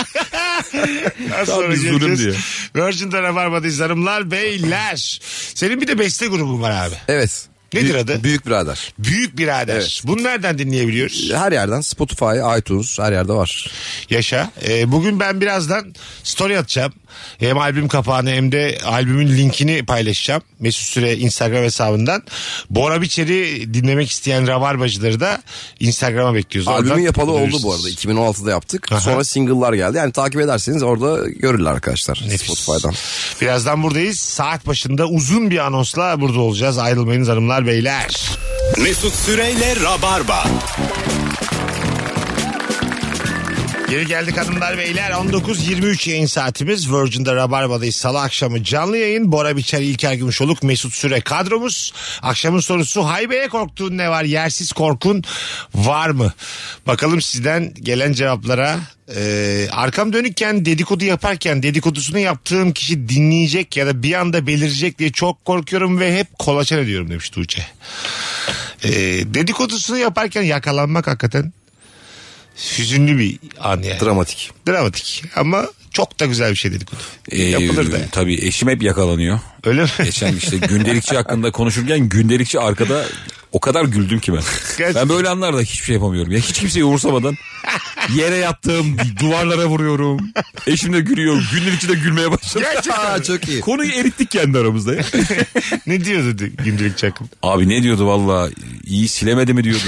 S1: Az
S4: tam
S1: sonra
S4: bir zulüm
S1: geleceğiz.
S4: diye.
S1: Virgin'de Rabarba'dayız hanımlar beyler. Senin bir de beste grubun var abi.
S3: Evet.
S1: Nedir
S3: Büyük-
S1: adı?
S3: Büyük birader.
S1: Büyük birader.
S3: Evet.
S1: Bunu nereden dinleyebiliyoruz?
S3: Her yerden Spotify, iTunes her yerde var.
S1: Yaşa. Ee, bugün ben birazdan story atacağım. Hem albüm kapağını hem de albümün linkini paylaşacağım. Mesut Süre Instagram hesabından. Bora Biçer'i dinlemek isteyen rabarbacıları da Instagram'a bekliyoruz.
S3: Albümü
S1: Oradan
S3: yapalı oldu bu
S1: görürsünüz.
S3: arada. 2016'da yaptık.
S1: Aha.
S3: Sonra single'lar geldi. Yani takip ederseniz orada görürler arkadaşlar
S1: Nefis.
S3: Spotify'dan.
S1: Birazdan buradayız. Saat başında uzun bir anonsla burada olacağız. Ayrılmayınız hanımlar beyler.
S8: Mesut Süreyle Rabarba.
S1: Geri geldik hanımlar beyler 19.23 yayın saatimiz Virgin'de Rabarba'dayız salı akşamı canlı yayın Bora Biçer İlker Gümüşoluk Mesut Süre kadromuz akşamın sorusu haybeye korktuğun ne var yersiz korkun var mı bakalım sizden gelen cevaplara Ee, arkam dönükken dedikodu yaparken dedikodusunu yaptığım kişi dinleyecek ya da bir anda belirecek diye çok korkuyorum ve hep kolaçan ediyorum demiş Tuğçe Ee, dedikodusunu yaparken yakalanmak hakikaten hüzünlü bir an yani.
S3: Dramatik.
S1: Dramatik ama çok da güzel bir şey dedikodu. Yapılır da.
S4: Ee, Tabii eşim hep yakalanıyor.
S1: Öyle mi?
S4: Geçen işte gündelikçi hakkında konuşurken gündelikçi arkada o kadar güldüm ki ben.
S1: Gerçekten.
S4: Ben böyle anlarda hiçbir şey yapamıyorum. Ya hiç kimseyi umursamadan yere yattım, duvarlara vuruyorum. Eşim de gülüyor, gündelikçi de gülmeye başladı.
S3: Aa, çok iyi.
S4: Konuyu erittik kendi aramızda. ya.
S1: ne diyordu de- gündelik çakım?
S4: Abi ne diyordu valla iyi silemedi mi diyordu.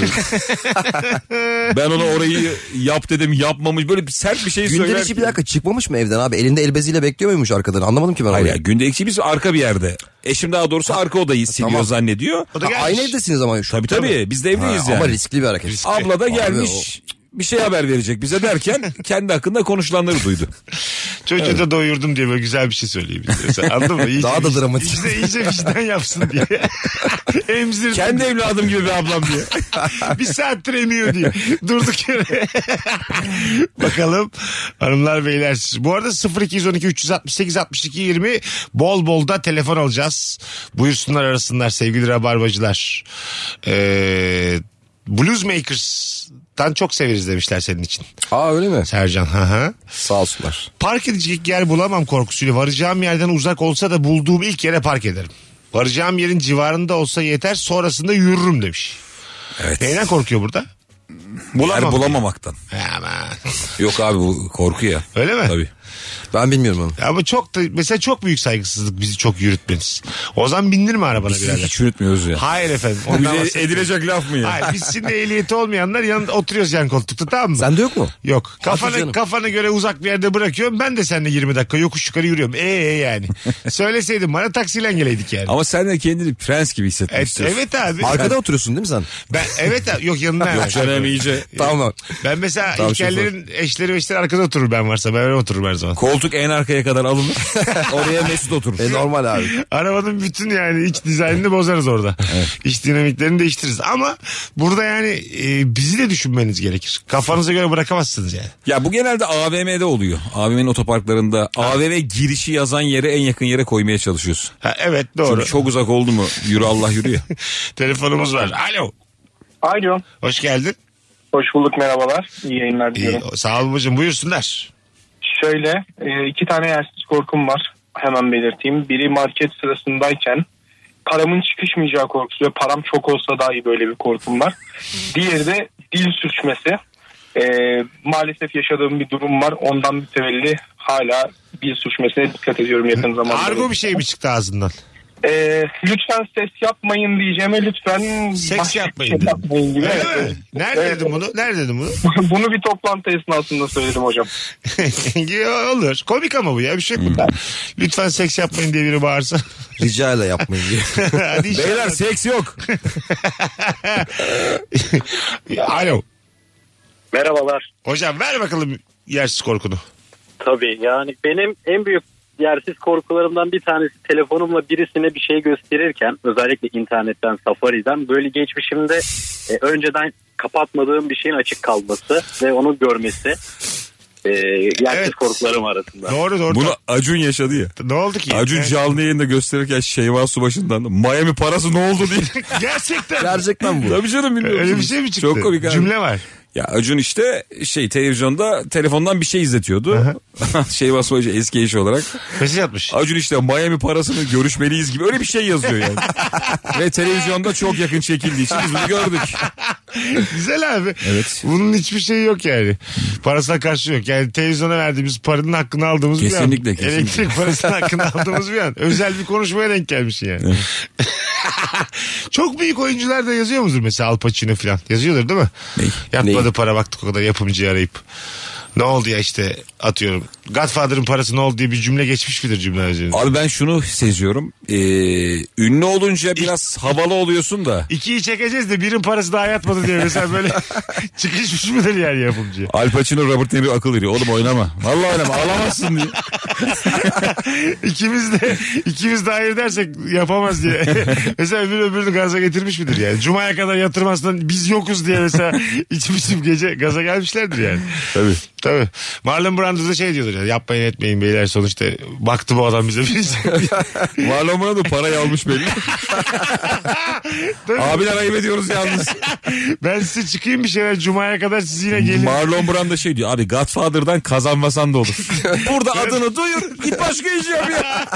S4: ben ona orayı yap dedim yapmamış böyle bir sert bir şey söyler.
S3: Gündelikçi bir dakika çıkmamış mı evden abi? Elinde el beziyle bekliyor muymuş arkadan? Anlamadım ki ben
S4: Hayır
S3: orayı.
S4: ya gündelikçi biz arka bir yerde. Eşim daha doğrusu arka odayı siliyor
S3: Tamam.
S4: zannediyor.
S1: O da
S3: Ha,
S1: gelmiş.
S3: Aynı evdesiniz ama şu.
S4: Tabii tabii biz de
S3: Ha,
S4: evdeyiz yani.
S3: Ama riskli bir hareket.
S4: Abla da
S3: Abi
S4: gelmiş bir şey haber verecek bize derken kendi hakkında konuşulanları duydu.
S1: Çocuğu da doyurdum diye böyle güzel bir şey söyleyeyim. diyor. Sen Anladın mı? İyice,
S3: Daha da dramatik.
S1: İyice, iyice vicdan yapsın diye. Emzirdim.
S4: kendi evladım gibi bir ablam diye.
S1: bir saattir emiyor diye. Durduk yere. Bakalım hanımlar beyler. Bu arada 0212 368 62 20 bol bol da telefon alacağız. Buyursunlar arasınlar sevgili rabarbacılar. Ee, Bluesmakers'tan çok severiz demişler senin için.
S3: Aa öyle mi?
S1: Sercan. Hı hı.
S3: Sağ olsunlar.
S1: Park edecek yer bulamam korkusuyla varacağım yerden uzak olsa da bulduğum ilk yere park ederim. Varacağım yerin civarında olsa yeter sonrasında yürürüm demiş.
S4: Evet.
S1: Neyden korkuyor burada?
S4: Yer bulamamaktan.
S1: Aman.
S4: Yok abi bu korku ya.
S1: Öyle mi?
S4: Tabii.
S3: Ben bilmiyorum onu.
S1: Ama çok da mesela çok büyük saygısızlık bizi çok yürütmeniz. Ozan bindirme arabana
S4: Biz
S1: birader.
S4: hiç yürütmüyoruz ya.
S1: Hayır efendim. ondan
S4: Bize
S1: bahsetmiyorum.
S4: edilecek laf mı ya?
S1: Hayır biz şimdi ehliyeti olmayanlar yanında oturuyoruz yan koltukta tamam mı?
S3: Sende yok mu?
S1: Yok. Kafanı,
S3: canım.
S1: kafanı göre uzak bir yerde bırakıyorum. Ben de seninle 20 dakika yokuş yukarı yürüyorum. Ee yani. Söyleseydin bana taksiyle geleydik yani.
S4: Ama sen de kendini prens gibi hissetmek
S1: Evet,
S4: istiyorsun.
S1: E, evet abi.
S3: Arkada oturuyorsun değil mi sen?
S1: Ben, evet abi. Yok yanına.
S4: Yok canım iyice.
S3: Tamam.
S1: Ben mesela
S3: Tamam,
S1: İlkerlerin eşleri ve eşleri arkada oturur ben varsa. Ben öyle otururum her zaman.
S4: Koltuk en arkaya kadar alınır. Oraya Mesut oturur.
S3: E normal abi.
S1: Arabanın bütün yani iç dizaynını bozarız orada. İç dinamiklerini değiştiririz. Ama burada yani e, bizi de düşünmeniz gerekir. Kafanıza göre bırakamazsınız yani.
S4: Ya bu genelde AVM'de oluyor. AVM'nin otoparklarında AVM girişi yazan yere en yakın yere koymaya çalışıyorsun.
S1: Ha, evet
S4: Çünkü
S1: doğru.
S4: çok uzak oldu mu yürü Allah yürü ya.
S1: Telefonumuz var. Alo.
S6: Alo.
S1: Hoş geldin.
S6: Hoş bulduk merhabalar. İyi yayınlar
S1: İyi,
S6: diliyorum.
S1: sağ ol babacığım buyursunlar.
S6: Şöyle e, iki tane yersiz korkum var. Hemen belirteyim. Biri market sırasındayken paramın çıkışmayacağı korkusu ve param çok olsa dahi böyle bir korkum var. Diğeri de dil sürçmesi. E, maalesef yaşadığım bir durum var. Ondan mütevelli hala dil sürçmesine dikkat ediyorum yakın zamanda.
S1: Argo bir şey mi çıktı ağzından?
S6: E, lütfen ses yapmayın diyeceğime lütfen
S1: Seks
S6: başka
S1: yapmayın
S6: şey
S1: dedim.
S6: yapmayın gibi.
S1: Öyle
S6: Evet,
S1: mi? Nerede
S6: Evet.
S1: dedim bunu? Nerede dedim bunu?
S6: Bunu bir toplantı esnasında söyledim hocam.
S1: Ya, Olur. Komik ama bu ya. Bir şey yok bunda.
S4: Hmm.
S1: Lütfen seks yapmayın diye biri bağırsa.
S3: Rica ile yapmayın diye.
S1: Hadi inşallah.
S4: Beyler seks yok.
S1: Alo.
S10: Merhabalar.
S1: Hocam ver bakalım yersiz korkunu.
S10: Tabii yani benim en büyük yersiz korkularımdan bir tanesi telefonumla birisine bir şey gösterirken özellikle internetten Safari'den böyle geçmişimde e, önceden kapatmadığım bir şeyin açık kalması ve onu görmesi e, yersiz
S1: Evet.
S10: korkularım arasında.
S1: Doğru doğru.
S4: Bunu Acun yaşadı ya.
S1: Ne oldu ki?
S4: Acun
S1: Evet.
S4: canlı yayında gösterirken Şeyma Subaşı'ndan Miami parası ne oldu diye.
S1: Gerçekten.
S3: Gerçekten bu.
S4: Tabii canım bilmiyorum.
S1: Öyle bir şey mi çıktı?
S4: Çok komik abi.
S1: Cümle var.
S4: Ya Acun işte şey televizyonda telefondan bir şey izletiyordu. şey basmayıcı eski eşi olarak.
S1: Mesaj atmış.
S4: Acun işte Miami parasını görüşmeliyiz gibi öyle bir şey yazıyor yani. Ve televizyonda çok yakın çekildiği için biz bunu gördük.
S1: Güzel abi.
S4: Evet.
S1: Bunun hiçbir şeyi yok yani. Parasına karşı yok. Yani televizyona verdiğimiz paranın hakkını aldığımız bir
S4: Kesinlikle,
S1: an.
S4: kesinlikle.
S1: Elektrik parasının hakkını aldığımız bir an. Özel bir konuşmaya denk gelmişsin yani. Çok büyük oyuncular da yazıyor mudur mesela Al Pacino falan? Yazıyordur değil mi? Yatmadı
S3: Neyi?
S1: para baktık o kadar yapımcıyı arayıp. Ne oldu ya işte atıyorum. Godfather'ın parası ne oldu diye bir cümle geçmiş midir cümle üzerinde?
S4: Abi ben şunu seziyorum. Ee, ünlü olunca biraz havalı oluyorsun da.
S1: İkiyi çekeceğiz de birin parası daha yatmadı diye mesela böyle çıkışmış mıdır yani yapımcı?
S4: Al Pacino Robert De Niro akıl veriyor. Oğlum oynama. Vallahi oynama ağlamazsın diye.
S1: İkimiz de ikimiz de hayır dersek yapamaz diye. mesela öbür öbürünü gaza getirmiş midir yani? Cuma'ya kadar yatırmazsan biz yokuz diye mesela içim içim gece gaza gelmişlerdir yani.
S4: Tabii.
S1: Tabii. Marlon Brando da şey diyordur yani yapmayın etmeyin beyler sonuçta baktı bu adam bize şey birisi.
S4: Marlon Brando parayı almış belli.
S1: Tabii.
S4: Abiler ayıp ediyoruz yalnız.
S1: ben size çıkayım bir şeyler Cuma'ya kadar siz yine gelin.
S4: Marlon Brando şey diyor abi Godfather'dan kazanmasan da olur. Burada adını duyur git başka iş yap ya.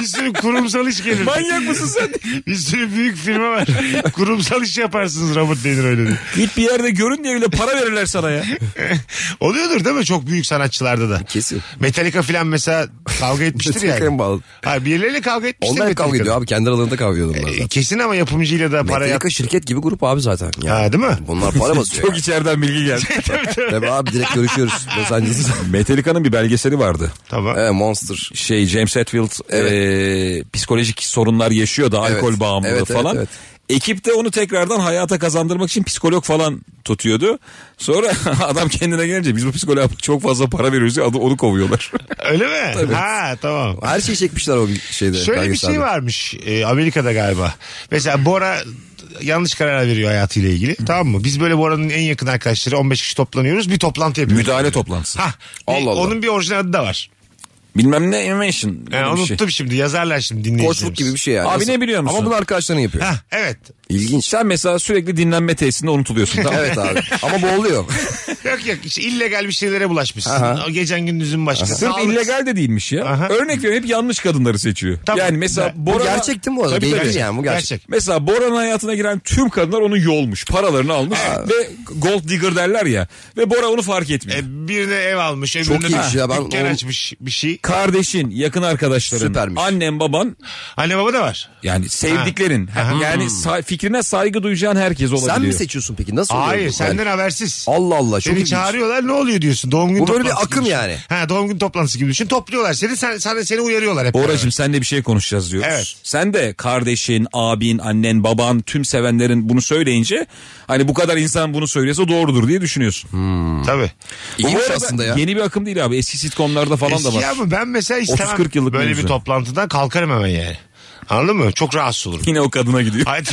S1: bir sürü kurumsal iş gelir.
S4: Manyak mısın sen?
S1: Bir sürü büyük firma var. kurumsal iş yaparsınız Robert De Niro öyle diyor.
S4: Git bir yerde görün diye bile para verirler sana ya.
S1: Oluyordur değil mi çok büyük sanatçılarda da?
S3: Kesin.
S1: Metallica filan mesela kavga etmiştir
S3: Metallica'ya
S1: yani.
S3: bağlı.
S1: Hayır birileriyle kavga etmiştir.
S3: Onlar hep kavga
S1: Metallica'da.
S3: ediyor abi kendi aralarında kavga ediyorlar onlar
S1: E,
S3: zaten.
S1: Kesin ama yapımcıyla da para yap.
S3: Metallica şirket gibi grup abi zaten. Ya.
S1: Ha, değil mi?
S3: Bunlar para basıyor.
S4: Çok içeriden bilgi geldi.
S3: ya. Tabii abi direkt görüşüyoruz. Los Angeles'ta.
S4: Metallica'nın bir belgeseli vardı.
S1: Tamam.
S3: Evet Monster.
S4: şey James Hetfield eee, psikolojik sorunlar yaşıyor da
S3: Evet.
S4: alkol bağımlılığı
S3: Evet, evet,
S4: falan.
S3: evet.
S4: Ekip de onu tekrardan hayata kazandırmak için psikolog falan tutuyordu. Sonra adam kendine gelince biz bu psikoloğa çok fazla para veriyoruz ya adı- onu kovuyorlar.
S1: Öyle mi? Ha tamam.
S3: Her şeyi çekmişler o bir şeyde.
S1: Şöyle bir şey
S3: belgeselde.
S1: varmış e, Amerika'da galiba. Mesela Bora yanlış karar veriyor hayatıyla ilgili. Tamam mı? Biz böyle Bora'nın en yakın arkadaşları 15 kişi toplanıyoruz. Bir toplantı yapıyoruz.
S4: Müdahale toplantısı.
S1: Hah,
S3: Allah Allah.
S1: Onun bir orijinal adı da var.
S4: Bilmem ne animation.
S1: Yani
S4: öyle bir şey.
S1: unuttum şimdi yazarlar şimdi dinleyicilerimiz.
S3: Koçluk gibi bir şey yani.
S4: Abi ne biliyor musun?
S3: Ama bunu arkadaşların yapıyor.
S1: Hah, evet.
S3: İlginç.
S4: Sen mesela sürekli dinlenme tesisinde unutuluyorsun. Tamam. mı?
S3: Evet abi. Ama bu oluyor.
S1: Yok yok işte illegal bir şeylere bulaşmışsın. O Gecen gündüzün başka.
S4: Sırf
S1: Sağlık-
S4: illegal de değilmiş ya.
S1: Aha.
S4: Örnek veriyorum hep yanlış kadınları seçiyor.
S1: Tamam.
S4: Yani mesela
S1: Bu
S4: Bora...
S3: Bu gerçek değil mi bu arada?
S4: Tabii,
S3: Değil
S4: tabii.
S3: yani bu gerçek.
S1: Gerçek.
S4: Mesela Bora'nın hayatına giren tüm kadınlar onu yolmuş. Paralarını almış ve gold digger derler ya. Ve Bora onu fark etmiyor.
S1: E, birine ev almış,
S3: Çok
S1: öbürüne
S3: iyi bir şey ya. Ben
S1: dükkan
S3: o-
S1: açmış bir şey.
S4: Kardeşin, yakın arkadaşların,
S3: Süpermiş.
S4: annen, baban
S1: Anne baba da var.
S4: yani sevdiklerin.
S1: Ha. Aha.
S4: Yani sa- fikrine saygı duyacağın herkes olabiliyor.
S3: Sen mi seçiyorsun peki? Nasıl oluyor?
S1: Hayır
S3: bu?
S1: senden
S3: Yani-
S1: habersiz.
S3: Allah Allah. Çok
S1: Seni
S3: ilginç.
S1: çağırıyorlar ne oluyor diyorsun. Doğum günü
S3: Bu böyle bir
S1: toplantısı
S3: akım
S1: gibi düşün.
S3: yani.
S1: Ha, doğum günü toplantısı gibi düşün. Topluyorlar seni sen, sana, seni uyarıyorlar hep.
S4: Boracım senle bir şey konuşacağız diyoruz.
S1: Evet.
S4: Sen de kardeşin, abin, annen, baban, tüm sevenlerin bunu söyleyince hani bu kadar insan bunu söylüyorsa doğrudur diye düşünüyorsun.
S1: beraber. Tabii.
S4: Bu
S3: İyiymiş
S4: arada
S3: aslında ya.
S4: Yeni bir akım değil abi. Eski sitcomlarda falan da var.
S1: Eski ama ben mesela
S4: 30-40
S1: istemem
S4: yıllık
S1: böyle bir
S4: mevzu.
S1: toplantıdan kalkarım hemen yani. Anladın mı? Çok rahatsız olurum.
S4: Yine o kadına gidiyor.
S1: Hayır.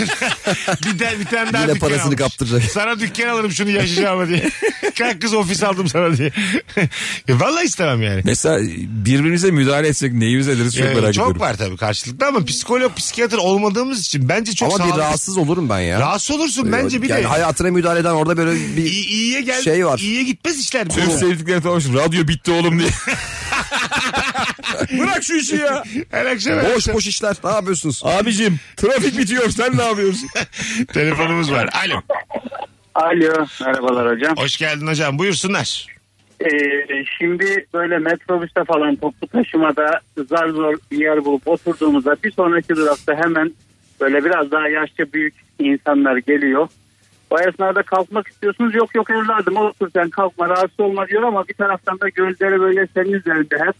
S1: bir, de, bir tane daha
S3: Yine
S1: dükkan
S3: parasını
S1: almış.
S3: kaptıracak.
S1: Sana dükkan alırım şunu yaşayacağıma diye. Kalk kız ofis aldım sana diye. ya, vallahi istemem yani.
S4: Mesela birbirimize müdahale etsek neyimiz ederiz çok
S1: Ee,
S4: merak ediyorum.
S1: var tabii karşılıklı ama psikolog, psikiyatr olmadığımız için bence çok
S3: Ama bir
S1: sağlıklı-
S3: rahatsız olurum ben ya.
S1: Rahatsız olursun bence bir
S3: yani
S1: de.
S3: hayatına müdahale eden orada böyle bir
S1: İyi- iyiye gel,
S3: şey var.
S1: iyiye gitmez işler.
S4: Tüm sevdiklerini tanımış. Radyo bitti oğlum diye. Bırak şu işi ya.
S1: Her akşam her
S3: Boş
S1: akşam.
S3: boş işler. Ne yapıyorsunuz?
S4: Abicim trafik bitiyor sen ne yapıyorsun?
S1: telefonumuz var. Alo.
S10: Alo merhabalar hocam.
S1: Hoş geldin hocam. Buyursunlar.
S10: Ee, şimdi böyle metrobüste falan toplu taşımada zar zor bir yer bulup oturduğumuzda bir sonraki durakta hemen böyle biraz daha yaşça büyük insanlar geliyor. O esnada kalkmak istiyorsunuz. Yok yok evladım otur sen kalkma rahatsız olma diyor ama bir taraftan da gözleri böyle senin üzerinde hep.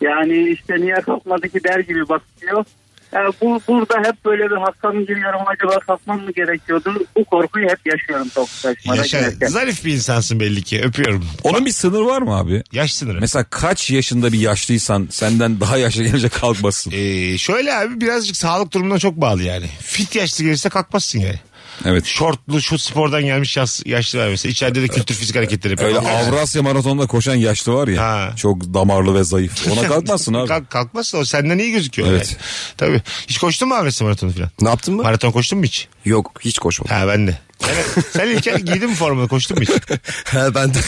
S10: Yani işte niye kalkmadı ki der gibi bakıyor. Yani bu, burada hep böyle bir hastam giriyorum acaba kalkmam mı gerekiyordu? Bu korkuyu hep yaşıyorum toplu taşımada.
S1: Yaşa.
S10: giderken.
S1: Zarif bir insansın belli ki. Öpüyorum.
S4: Onun bir sınır var mı abi?
S1: Yaş sınırı.
S4: Mesela kaç yaşında bir yaşlıysan senden daha yaşlı gelince kalkmasın.
S1: Ee, şöyle abi birazcık sağlık durumuna çok bağlı yani. Fit yaşlı gelirse kalkmazsın yani.
S4: Evet.
S1: Şortlu şu spordan gelmiş yaş, yaşlı var mesela. İçeride de kültür fizik hareketleri. yapıyor.
S4: Öyle
S1: Kalkmazsın.
S4: Avrasya maratonda koşan yaşlı var ya.
S1: Ha.
S4: Çok damarlı ve zayıf. Ona kalkmazsın abi.
S1: Kalk, kalkmazsın o senden iyi gözüküyor.
S4: Evet.
S1: yani. Tabii. Hiç koştun mu Avrasya maratonu falan?
S3: Ne yaptın mı?
S1: Maraton koştun mu hiç?
S3: Yok hiç koşmadım.
S1: Ha ben de. Evet. Sen İlker giydin mi formunu koştun mu hiç?
S3: Ha, ben de.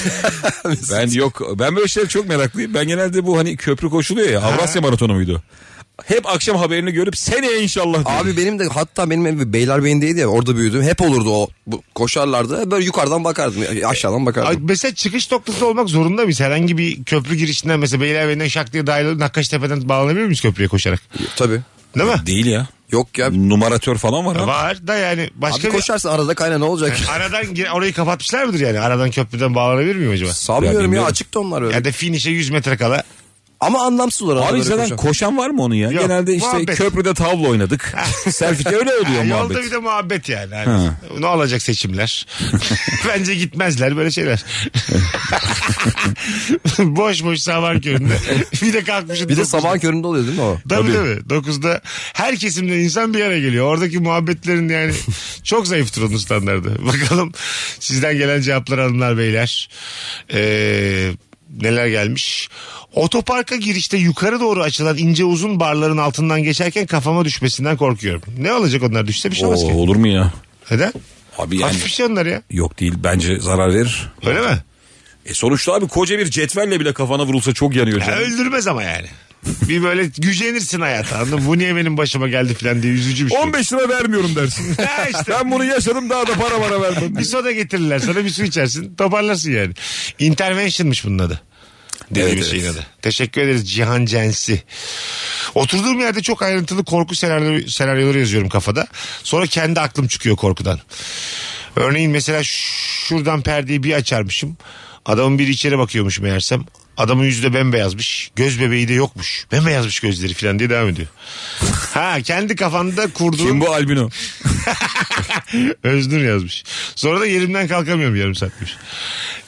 S4: Ben yok ben böyle şeyler çok meraklıyım. Ben genelde bu hani köprü koşuluyor ya Avrasya Maratonu muydu? Hep akşam haberini görüp seneye inşallah diyorum.
S3: Abi benim de hatta benim ev Beylerbeyi'ndeydi ya orada büyüdüm. Hep olurdu o bu, koşarlardı. Böyle yukarıdan bakardım aşağıdan
S1: Ay,
S3: bakardım.
S1: mesela çıkış noktasında olmak zorunda mıyız? Herhangi bir köprü girişinden mesela Beylerbeyi'nden şak diye dahil olup Nakkaştepe'den bağlanabilir miyiz köprüye koşarak?
S3: Tabii.
S1: Değil mi?
S4: Değil ya.
S3: Yok ya.
S4: Numaratör falan var ha.
S1: Var da yani başka
S3: Abi
S1: bir...
S3: koşarsan arada kayna ne olacak?
S1: Aradan gir- orayı kapatmışlar mıdır yani? Aradan köprüden bağlanabilir miyim acaba?
S4: Ya
S3: Sanmıyorum ya,
S4: bilmiyorum.
S3: açık da onlar öyle.
S1: Ya da finişe 100 metre kala.
S3: Ama anlamsız olarak.
S4: Abi
S3: araları
S4: zaten
S3: koşan.
S4: koşan var mı onun ya?
S1: Yok.
S4: Genelde işte
S1: Muhabbet.
S4: köprüde tavla oynadık. Selfie öyle
S1: Ha,
S4: oluyor
S1: yolda bir
S4: muhabbet.
S1: de muhabbet yani. Hani ne olacak seçimler? Bence gitmezler böyle şeyler. boş boş sabah köründe. bir de kalkmışsın.
S3: Bir de
S1: dokuzda.
S3: sabah köründe oluyor değil mi o?
S1: Tabii tabii. 9'da her kesimden insan bir yere geliyor. Oradaki muhabbetlerin yani çok zayıftır onun standardı. Bakalım sizden gelen cevaplar hanımlar beyler. Ee, neler gelmiş? Otoparka girişte yukarı doğru açılan ince uzun barların altından geçerken kafama düşmesinden korkuyorum. Ne olacak onlar düşse bir şey olmaz
S4: Oo,
S1: ki.
S4: olur mu ya?
S1: Neden?
S4: Abi yani
S1: Hafif bir şey onlar ya.
S4: yok değil bence zarar verir.
S1: Öyle mi?
S4: E sonuçta abi koca bir cetvelle bile kafana vurulsa çok yanıyor
S1: Ya
S4: canım.
S1: öldürmez ama yani. bir böyle gücenirsin hayata anladın mı? Bu niye benim başıma geldi falan diye üzücü bir şey.
S4: 15 lira vermiyorum dersin.
S1: Ha işte.
S4: ben bunu yaşadım daha da para bana vermem.
S1: Bir soda getirirler sana bir su içersin toparlarsın yani. Intervention'mış bunun adı. Dediğimiz
S3: Evet,
S1: şeyin
S3: evet.
S1: adı. Teşekkür ederiz Cihan Censi. Oturduğum yerde çok ayrıntılı korku senaryo, senaryoları yazıyorum kafada. Sonra kendi aklım çıkıyor korkudan. Örneğin mesela ş- şuradan perdeyi bir açarmışım. Adamın biri içeri bakıyormuş meğersem. Adamın yüzü de bembeyazmış. Göz bebeği de yokmuş. Bembeyazmış gözleri falan diye devam ediyor. ha kendi kafanda kurduğun...
S4: Kim bu albino?
S1: Öznur yazmış. Sonra da yerimden kalkamıyorum yarım saatmiş.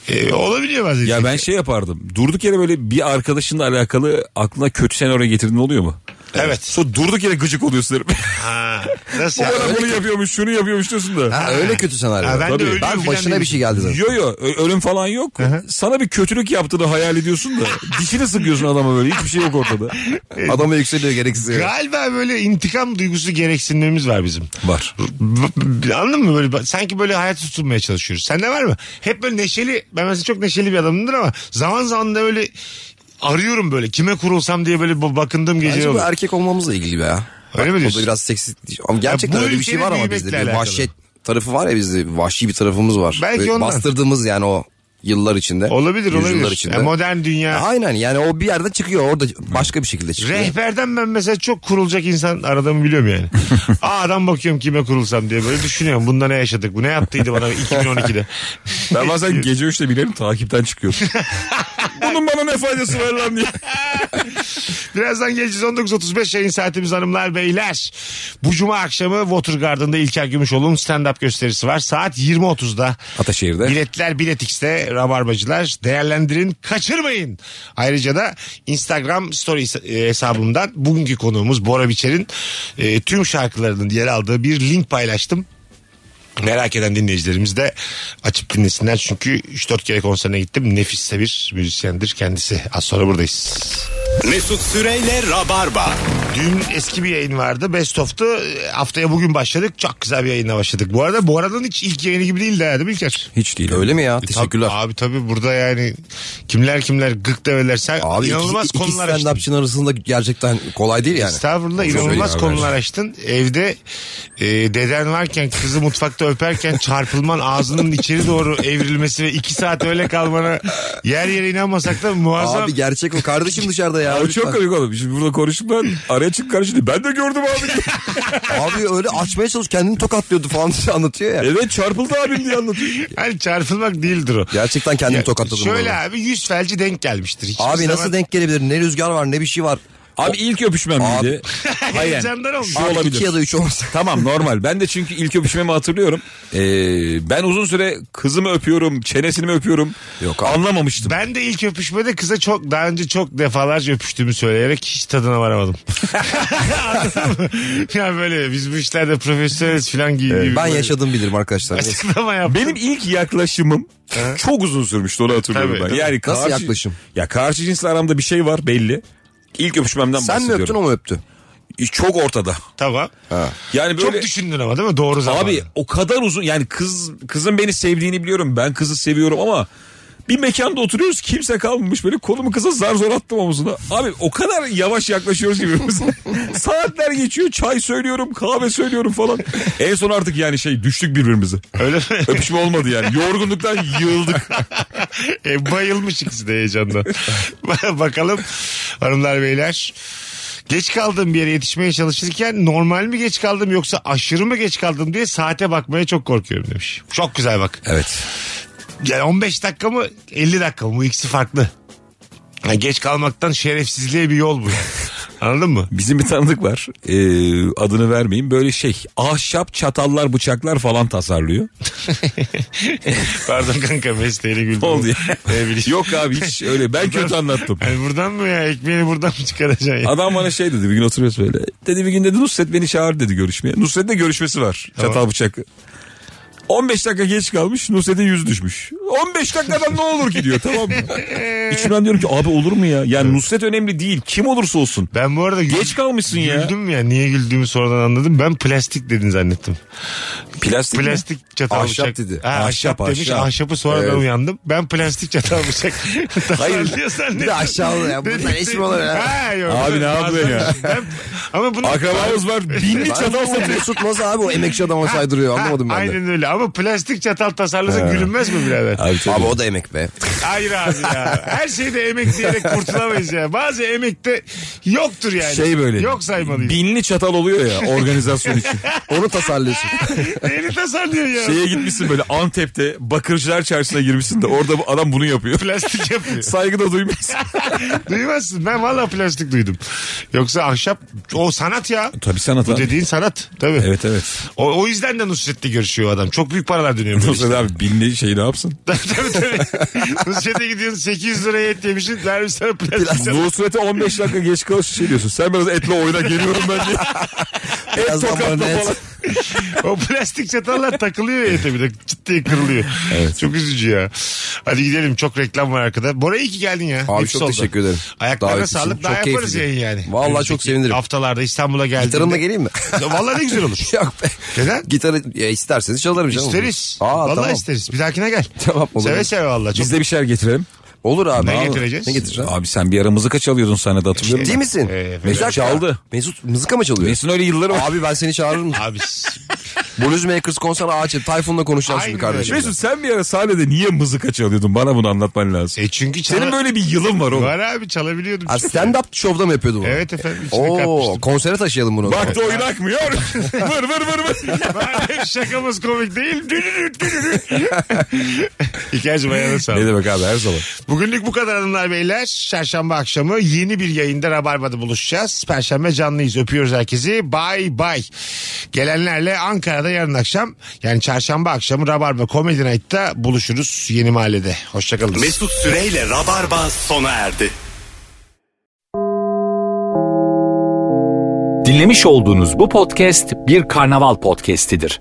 S1: Ee, olabiliyor bazen.
S4: Ya ben şey yapardım. Durduk yere böyle bir arkadaşınla alakalı aklına kötü senaryo getirdin oluyor mu?
S1: Evet.
S4: Sonra durduk yere gıcık oluyorsun. herif.
S1: Ha, nasıl
S4: Bu
S1: ya?
S4: bana bunu yapıyormuş, şunu yapıyormuş diyorsun da.
S3: Ha, öyle kötü senaryo.
S1: Ha, ben de
S3: Tabii.
S1: ölüyorum
S3: Ben
S1: filan
S3: başına bir şey geldi zaten.
S4: Yo yo ö- ölüm falan yok. Sana bir kötülük yaptığını hayal ediyorsun da dişini sıkıyorsun adama böyle hiçbir şey yok ortada.
S3: Adama yükseliyor gereksiz. yere.
S1: Galiba böyle intikam duygusu gereksinmemiz var bizim.
S4: Var.
S1: Anladın mı böyle sanki böyle hayat tutunmaya çalışıyoruz. Sende var mı? Hep böyle neşeli ben mesela çok neşeli bir adamımdır ama zaman zaman da böyle arıyorum böyle kime kurulsam diye böyle bu- bakındığım gece
S3: Bence bu er-
S1: oluyor.
S3: erkek olmamızla ilgili be ya.
S1: Öyle mi
S3: Bak,
S1: diyorsun?
S3: O da biraz seksi. Ama gerçekten
S1: Ya bu
S3: öyle bir şey
S1: ülkenin
S3: var ama
S1: büyümekle
S3: bizde bir
S1: alakalı.
S3: vahşet tarafı var ya bizde vahşi bir tarafımız var.
S1: Belki
S3: Böyle
S1: ondan.
S3: Bastırdığımız yani o yıllar içinde.
S1: Olabilir
S3: yüzyıllar
S1: olabilir.
S3: içinde.
S1: Ya modern dünya.
S3: Aynen yani o bir yerde çıkıyor orada başka bir şekilde çıkıyor.
S1: Rehberden ben mesela çok kurulacak insan aradığımı biliyorum yani. Aa adam bakıyorum kime kurulsam diye böyle düşünüyorum. Bunda ne yaşadık? Bu ne yaptıydı bana 2012'de?
S4: Ben bazen gece 3'te binerim takipten çıkıyorum. Bunun bana ne faydası var lan diye.
S1: Birazdan geleceğiz 19.35 yayın saatimiz hanımlar beyler. Bu cuma akşamı Watergarden'da İlker Gümüşoğlu'nun stand-up gösterisi var. Saat 20.30'da.
S4: Ataşehir'de.
S1: Biletler Bilet X'te Rabarbacılar değerlendirin kaçırmayın. Ayrıca da Instagram story hesa- e, hesabımdan bugünkü konuğumuz Bora Biçer'in e, tüm şarkılarının yer aldığı bir link paylaştım. Merak eden dinleyicilerimiz de açıp dinlesinler çünkü 3-4 kere konserine gittim. Nefisse bir müzisyendir kendisi. Az sonra buradayız.
S8: Mesut Süreyle Rabarba.
S1: Dün eski bir yayın vardı. Best of'tu. E, Haftaya bugün başladık. Çok güzel bir yayınla başladık. Bu arada bu aradan hiç ilk yayını gibi değildi herhalde İlker?
S4: Hiç değil.
S3: Öyle mi ya? Teşekkürler.
S1: Tabii, abi tabii burada yani kimler kimler gık develer. Sen
S3: Abi iki,
S1: inanılmaz
S3: iki
S1: konular açtın.
S3: stand-upçının arasında gerçekten kolay değil yani.
S1: Estağfurullah
S3: Çok
S1: inanılmaz
S3: iyi
S1: konular açtın. Evde e, deden varken kızı mutfakta öperken çarpılman ağzının içeri doğru evrilmesi ve iki saat öyle kalmana yer yere inanmasak da muazzam.
S3: Abi gerçek o kardeşim dışarıda ya.
S4: Abi çok
S3: lütfen.
S4: komik oğlum. Şimdi burada konuştum ben. Araya çık karşıda. Ben de gördüm abi.
S3: Abi öyle açmaya çalış kendini tokatlıyordu falan diye anlatıyor ya.
S4: evet çarpıldı abim diye anlatıyor.
S1: Hani çarpılmak değildir o.
S3: Gerçekten kendini tokatladım.
S1: Şöyle
S3: böyle.
S1: abi yüz felci denk gelmiştir. Hiçbir
S3: Abi
S1: zaman-
S3: nasıl denk gelebilir? Ne rüzgar var ne bir şey var.
S4: Abi ilk öpüşmem
S3: Abi.
S4: miydi? Hayır.
S1: Heyecandan olmuş.
S4: Şu
S3: Abi
S4: olabilir.
S3: iki ya da üç olmasa.
S4: Tamam normal. Ben de çünkü ilk öpüşmemi hatırlıyorum. Ee, ben uzun süre kızımı öpüyorum, çenesini mi öpüyorum? Yok anlamamıştım.
S1: Ben de ilk öpüşmede kıza çok daha önce çok defalarca öpüştüğümü söyleyerek hiç tadına varamadım. Anladın mı? Ya böyle biz bu işlerde profesyoneliz falan gibi. gibi
S3: Ben
S1: böyle
S3: yaşadım bilirim arkadaşlar.
S1: Açıklama yaptım.
S4: Benim ilk yaklaşımım çok uzun sürmüştü onu hatırlıyorum
S1: Tabii,
S4: ben.
S1: tabii.
S4: Yani
S3: Nasıl yaklaşım?
S4: Ya karşı cinsle aramda bir şey var belli. İlk öpüşmemden
S3: Sen mi
S4: bahsediyorum.
S3: öptün o mu öptü?
S4: Çok ortada.
S1: Tamam.
S4: Yani böyle
S1: Çok düşündün ama değil mi? Doğru zaman.
S4: Abi o kadar uzun yani kız kızın beni sevdiğini biliyorum. Ben kızı seviyorum ama bir mekanda oturuyoruz kimse kalmamış böyle kolumu kıza zar zor attım omuzuna. Abi o kadar yavaş yaklaşıyoruz gibi. Saatler geçiyor çay söylüyorum kahve söylüyorum falan. En son artık yani şey düştük birbirimize.
S1: Öyle mi?
S4: Öpüşme olmadı yani yorgunluktan yığıldık.
S1: E, bayılmış ikisi de heyecandan. Bakalım hanımlar beyler. Geç kaldım bir yere yetişmeye çalışırken normal mi geç kaldım yoksa aşırı mı geç kaldım diye saate bakmaya çok korkuyorum demiş. Çok güzel bak.
S4: Evet.
S1: Yani 15 dakika mı 50 dakika mı bu ikisi farklı. Yani geç kalmaktan şerefsizliğe bir yol bu. yani. Anladın mı?
S4: Bizim bir tanıdık var. Ee, adını vermeyeyim. Böyle şey ahşap çatallar bıçaklar falan tasarlıyor.
S1: Pardon kanka mesleğini güldüm.
S4: Ne oldu ya?
S1: Ne bileyim.
S4: Yok abi hiç öyle ben kötü anlattım.
S1: Yani buradan mı ya ekmeğini buradan mı çıkaracaksın ya?
S4: Adam bana şey dedi bir gün oturuyoruz böyle. Dedi bir gün dedi Nusret beni çağır dedi görüşmeye. Nusret'in de görüşmesi var. Çatal bıçak. 15 dakika geç kalmış Nusret'in yüzü düşmüş. 15 dakikadan ne olur ki diyor tamam mı? İçimden diyorum ki abi olur mu ya? Yani Nusret önemli değil kim olursa olsun.
S1: Ben bu arada
S4: Geç kalmışsın ya.
S1: Güldüm ya niye güldüğümü sonradan anladım. Ben plastik dedin zannettim.
S4: Plastik, mi?
S1: Plastik çatal
S3: Ahşap
S1: bıçak.
S3: dedi.
S1: Ha, ahşap,
S4: Ahşap,
S1: demiş.
S4: ahşap.
S1: Ahşapı sonradan
S4: Evet.
S1: uyandım. Ben plastik çatal bıçak.
S3: Hayır.
S1: tasarlıyor zannettim.
S3: Bir de aşağıda ya.
S1: Dedim
S3: Bunlar
S1: ki-
S3: eşim olur ya.
S1: Ha, yok.
S4: Abi ne yapıyorsun ya?
S1: Ben- ama bunu...
S4: Akrabamız var binli çatal
S3: Ben
S4: satıyor.
S3: Mesut nasıl abi o emekçi adama saydırıyor anlamadım
S1: Ha,
S3: ben de.
S1: Aynen öyle ama plastik çatal tasarlasa gülünmez mi birader?
S4: Abi, tabii.
S3: Abi o da emek be.
S1: Hayır abi ya. Her şeyde emek diyerek kurtulamayız ya. Bazı emekte yoktur yani.
S4: şey böyle.
S1: Yok saymalıyız.
S4: Binli çatal oluyor ya organizasyon için.
S3: Onu tasarlıyorsun.
S1: Neyini tasarlıyor ya?
S4: Şeye gitmişsin böyle Antep'te Bakırcılar Çarşısı'na girmişsin de orada bu adam bunu yapıyor.
S1: Plastik yapıyor.
S4: Saygı da duymuyorsun.
S1: Duymazsın. Ben valla plastik duydum. Yoksa ahşap o sanat ya.
S4: E, Tabii sanat
S1: Bu
S4: abi.
S1: dediğin sanat. Tabii.
S4: Evet evet.
S1: O, o yüzden de Nusret'le görüşüyor adam. Çok büyük paralar dönüyor. böyle
S4: Nusret abi binli şey ne yapsın?
S1: tabii tabii. tabii. Nusret'e gidiyorsun 800 liraya et yemişsin. Vermiş sana plastik. çatal.
S4: Nusret'e 15 dakika geç kalış şey diyorsun. Sen biraz etli oyuna geliyorum ben diye. Et
S3: Birazdan
S4: tokatla
S3: bana et.
S4: falan.
S1: o plastik çatallar takılıyor ya ete bir de. Çıt diye kırılıyor. Çok üzücü ya. Hadi gidelim. Çok reklam var arkada. Bora iyi ki geldin ya.
S3: Abi
S1: Nefis
S3: çok
S1: oldu.
S3: teşekkür ederim.
S1: Ayaklarına
S3: Davet için.
S1: sağlık. Daha
S3: Çok
S1: yaparız
S3: keyifliydi.
S1: yayın yani.
S3: Vallahi
S1: Önümüzdeki
S3: çok sevinirim.
S1: Haftalarda İstanbul'a geldiğinde.
S3: Gitarımla geleyim mi?
S1: Valla ne güzel olur.
S3: Yok be.
S1: Neden?
S3: Gitarı ya isterseniz çalarım canım.
S1: İsteriz.
S3: Aa,
S1: Vallahi
S3: tamam.
S1: isteriz. Bir dahakine gel.
S3: Tamam, olur.
S1: Seve seve valla. Çok...
S4: Biz de bir şeyler getirelim.
S3: Olur abi.
S1: Ne
S3: al.
S1: getireceğiz?
S3: Ne getireceğim?
S4: Abi sen bir ara mızıka çalıyordun sahnede hatırlıyorum.
S3: Ciddi
S4: ben.
S3: misin?
S1: Ee,
S3: Bir dakika.
S4: çaldı.
S3: Mesut mızıka mı çalıyor?
S4: Mesut'un öyle yılları var.
S3: Abi ben seni çağırırım.
S1: Abi
S3: Blues Makers konser ağaçı. Tayfun'la konuşacağım
S1: Aynen
S3: şimdi kardeşim.
S1: öyle.
S4: Mesut sen bir ara sahnede niye mızıka çalıyordun? Bana bunu anlatman lazım.
S1: e çünkü çala...
S4: Senin böyle bir yılın var oğlum.
S1: Var abi çalabiliyordum.
S3: Ha,
S1: çünkü.
S3: stand-up şovda mı yapıyordu bu?
S1: Evet efendim içine
S3: Oo,
S1: katmıştım.
S3: konsere taşıyalım bunu.
S4: Baktı oyun akmıyor. vır vır vır vır.
S1: Madem şakamız komik değil. dürürü dürürü. İlker'cim ayağına
S4: ne
S1: sağlık.
S4: demek abi her zaman.
S1: Bugünlük bu kadar hanımlar beyler. Çarşamba akşamı yeni bir yayında Rabarba'da buluşacağız. Perşembe canlıyız. Öpüyoruz herkesi. Bay bay. Gelenlerle Ankara'da yarın akşam yani çarşamba akşamı Rabarba Comedy Night'ta buluşuruz yeni mahallede. Hoşçakalın.
S8: Mesut Süreyle Rabarba sona erdi.
S2: Dinlemiş olduğunuz bu podcast bir karnaval podcastidir.